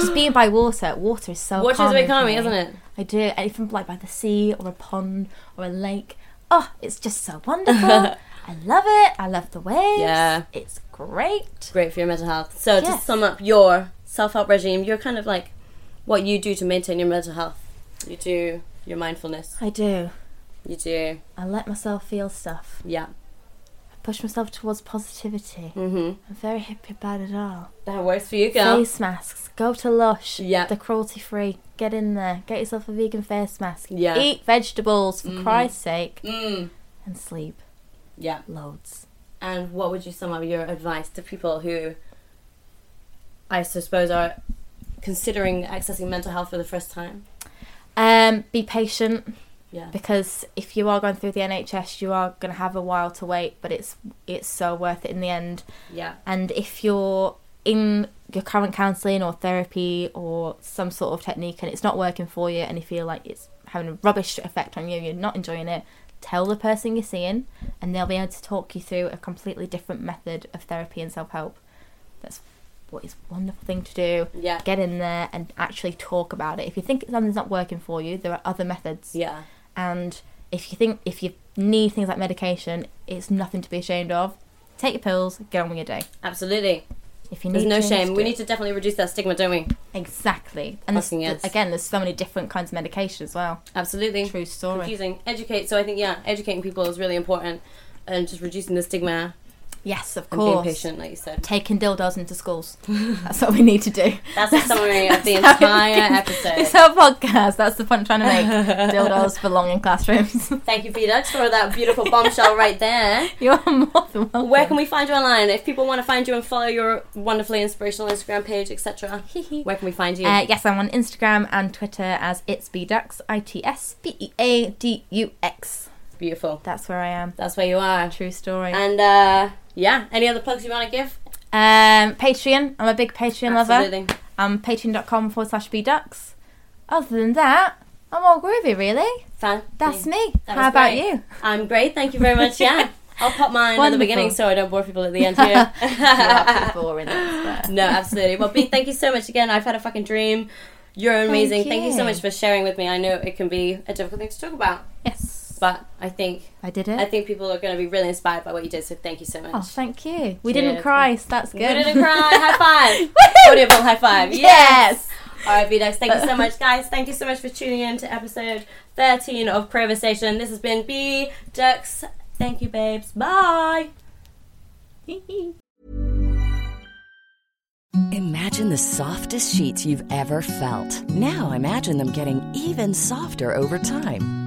Speaker 3: Just being by water. Water is so
Speaker 1: water's a
Speaker 3: um, calming
Speaker 1: bit
Speaker 3: for
Speaker 1: calming,
Speaker 3: me.
Speaker 1: isn't it?
Speaker 3: I do. Anything like by the sea or a pond or a lake. Oh, it's just so wonderful. I love it. I love the waves.
Speaker 1: Yeah.
Speaker 3: It's great.
Speaker 1: Great for your mental health. So to
Speaker 3: Yes.
Speaker 1: sum up your self-help regime, you're kind of like what you do to maintain your mental health. You do your mindfulness.
Speaker 3: I do.
Speaker 1: You do
Speaker 3: I let myself feel stuff.
Speaker 1: yeah.
Speaker 3: I push myself towards positivity.
Speaker 1: Mm-hmm.
Speaker 3: I'm very hippie about it all.
Speaker 1: That works for you, girl.
Speaker 3: Face masks. Go to Lush.
Speaker 1: Yeah.
Speaker 3: They're cruelty free. Get in there. Get yourself a vegan face mask.
Speaker 1: Yeah. Mm-hmm.
Speaker 3: Eat vegetables for Christ's sake.
Speaker 1: Mm.
Speaker 3: And sleep
Speaker 1: Yeah.
Speaker 3: loads.
Speaker 1: And what would you sum up your advice to people who I suppose are considering accessing mental health for the first time?
Speaker 3: Um, be patient.
Speaker 1: Yeah.
Speaker 3: because if you are going through the NHS, you are going to have a while to wait, but it's it's so worth it in the end.
Speaker 1: Yeah.
Speaker 3: And if you're in your current counselling or therapy or some sort of technique and it's not working for you, and you feel like it's having a rubbish effect on you, you're not enjoying it. Tell the person you're seeing, and they'll be able to talk you through a completely different method of therapy and self help. That's what is a wonderful thing to do.
Speaker 1: Yeah.
Speaker 3: Get in there and actually talk about it. If you think something's not working for you, there are other methods
Speaker 1: Yeah.
Speaker 3: and if you think if you need things like medication it's nothing to be ashamed of take your pills get on with your day
Speaker 1: Absolutely.
Speaker 3: if you
Speaker 1: There's
Speaker 3: need
Speaker 1: no
Speaker 3: to,
Speaker 1: shame.
Speaker 3: just
Speaker 1: We
Speaker 3: do
Speaker 1: need to
Speaker 3: it.
Speaker 1: definitely reduce that stigma, don't we?
Speaker 3: exactly and there's,
Speaker 1: Fucking yes.
Speaker 3: again there's so many different kinds of medication as well
Speaker 1: Absolutely.
Speaker 3: true story
Speaker 1: Confusing. Educate. So I think yeah, educating people is really important, and just reducing the stigma
Speaker 3: yes of
Speaker 1: and being
Speaker 3: course
Speaker 1: patient, like you said.
Speaker 3: taking dildos into schools that's what we need to do
Speaker 1: That's the summary of the
Speaker 3: That's how
Speaker 1: entire
Speaker 3: it's- it's
Speaker 1: episode.
Speaker 3: our podcast that's the point I'm trying to make dildos belong in classrooms
Speaker 1: Thank you, P Dutch, for that beautiful bombshell right there.
Speaker 3: you're more than welcome
Speaker 1: Where can we find you online? If people want to find you and follow your wonderfully inspirational Instagram page, etc., where can we find you?
Speaker 3: Uh, yes, I'm on Instagram and Twitter as it's bdux, I T S B E A D U X.
Speaker 1: Beautiful.
Speaker 3: That's where I am.
Speaker 1: That's where you are.
Speaker 3: True story.
Speaker 1: And uh, yeah, any other plugs you want to give?
Speaker 3: Um, Patreon. I'm a big Patreon lover.
Speaker 1: Absolutely.
Speaker 3: Um, patreon.com forward slash bducks. Other than that, I'm all groovy, really.
Speaker 1: Fan.
Speaker 3: That's me.
Speaker 1: That
Speaker 3: How
Speaker 1: was
Speaker 3: about
Speaker 1: great.
Speaker 3: you?
Speaker 1: I'm great. Thank you very much. Yeah. I'll pop mine at the
Speaker 3: Wonderful.
Speaker 1: beginning so I don't bore people at the end here.
Speaker 3: boring.
Speaker 1: no, absolutely. Well, B, thank you so much again. I've had a fucking dream. You're amazing. Thank you. so
Speaker 3: you.
Speaker 1: much for sharing with me. I know it can be a difficult thing to talk about,
Speaker 3: Yes.
Speaker 1: but I think
Speaker 3: I did
Speaker 1: I
Speaker 3: it.
Speaker 1: think people are going to be really inspired by what you did. So thank you so much.
Speaker 3: Oh, thank you. We
Speaker 1: Cheers.
Speaker 3: didn't cry, so that's good.
Speaker 1: We didn't cry. high five.
Speaker 3: Woohoo!
Speaker 1: Audible high five.
Speaker 3: Yes.
Speaker 1: All right, B-Ducks, thank you so much, guys. Thank you so much for tuning in to episode 13 of Conversation. This has been B-Ducks. Thank you, babes. Bye.
Speaker 4: Imagine the softest sheets you've ever felt. Now imagine them getting even softer over time.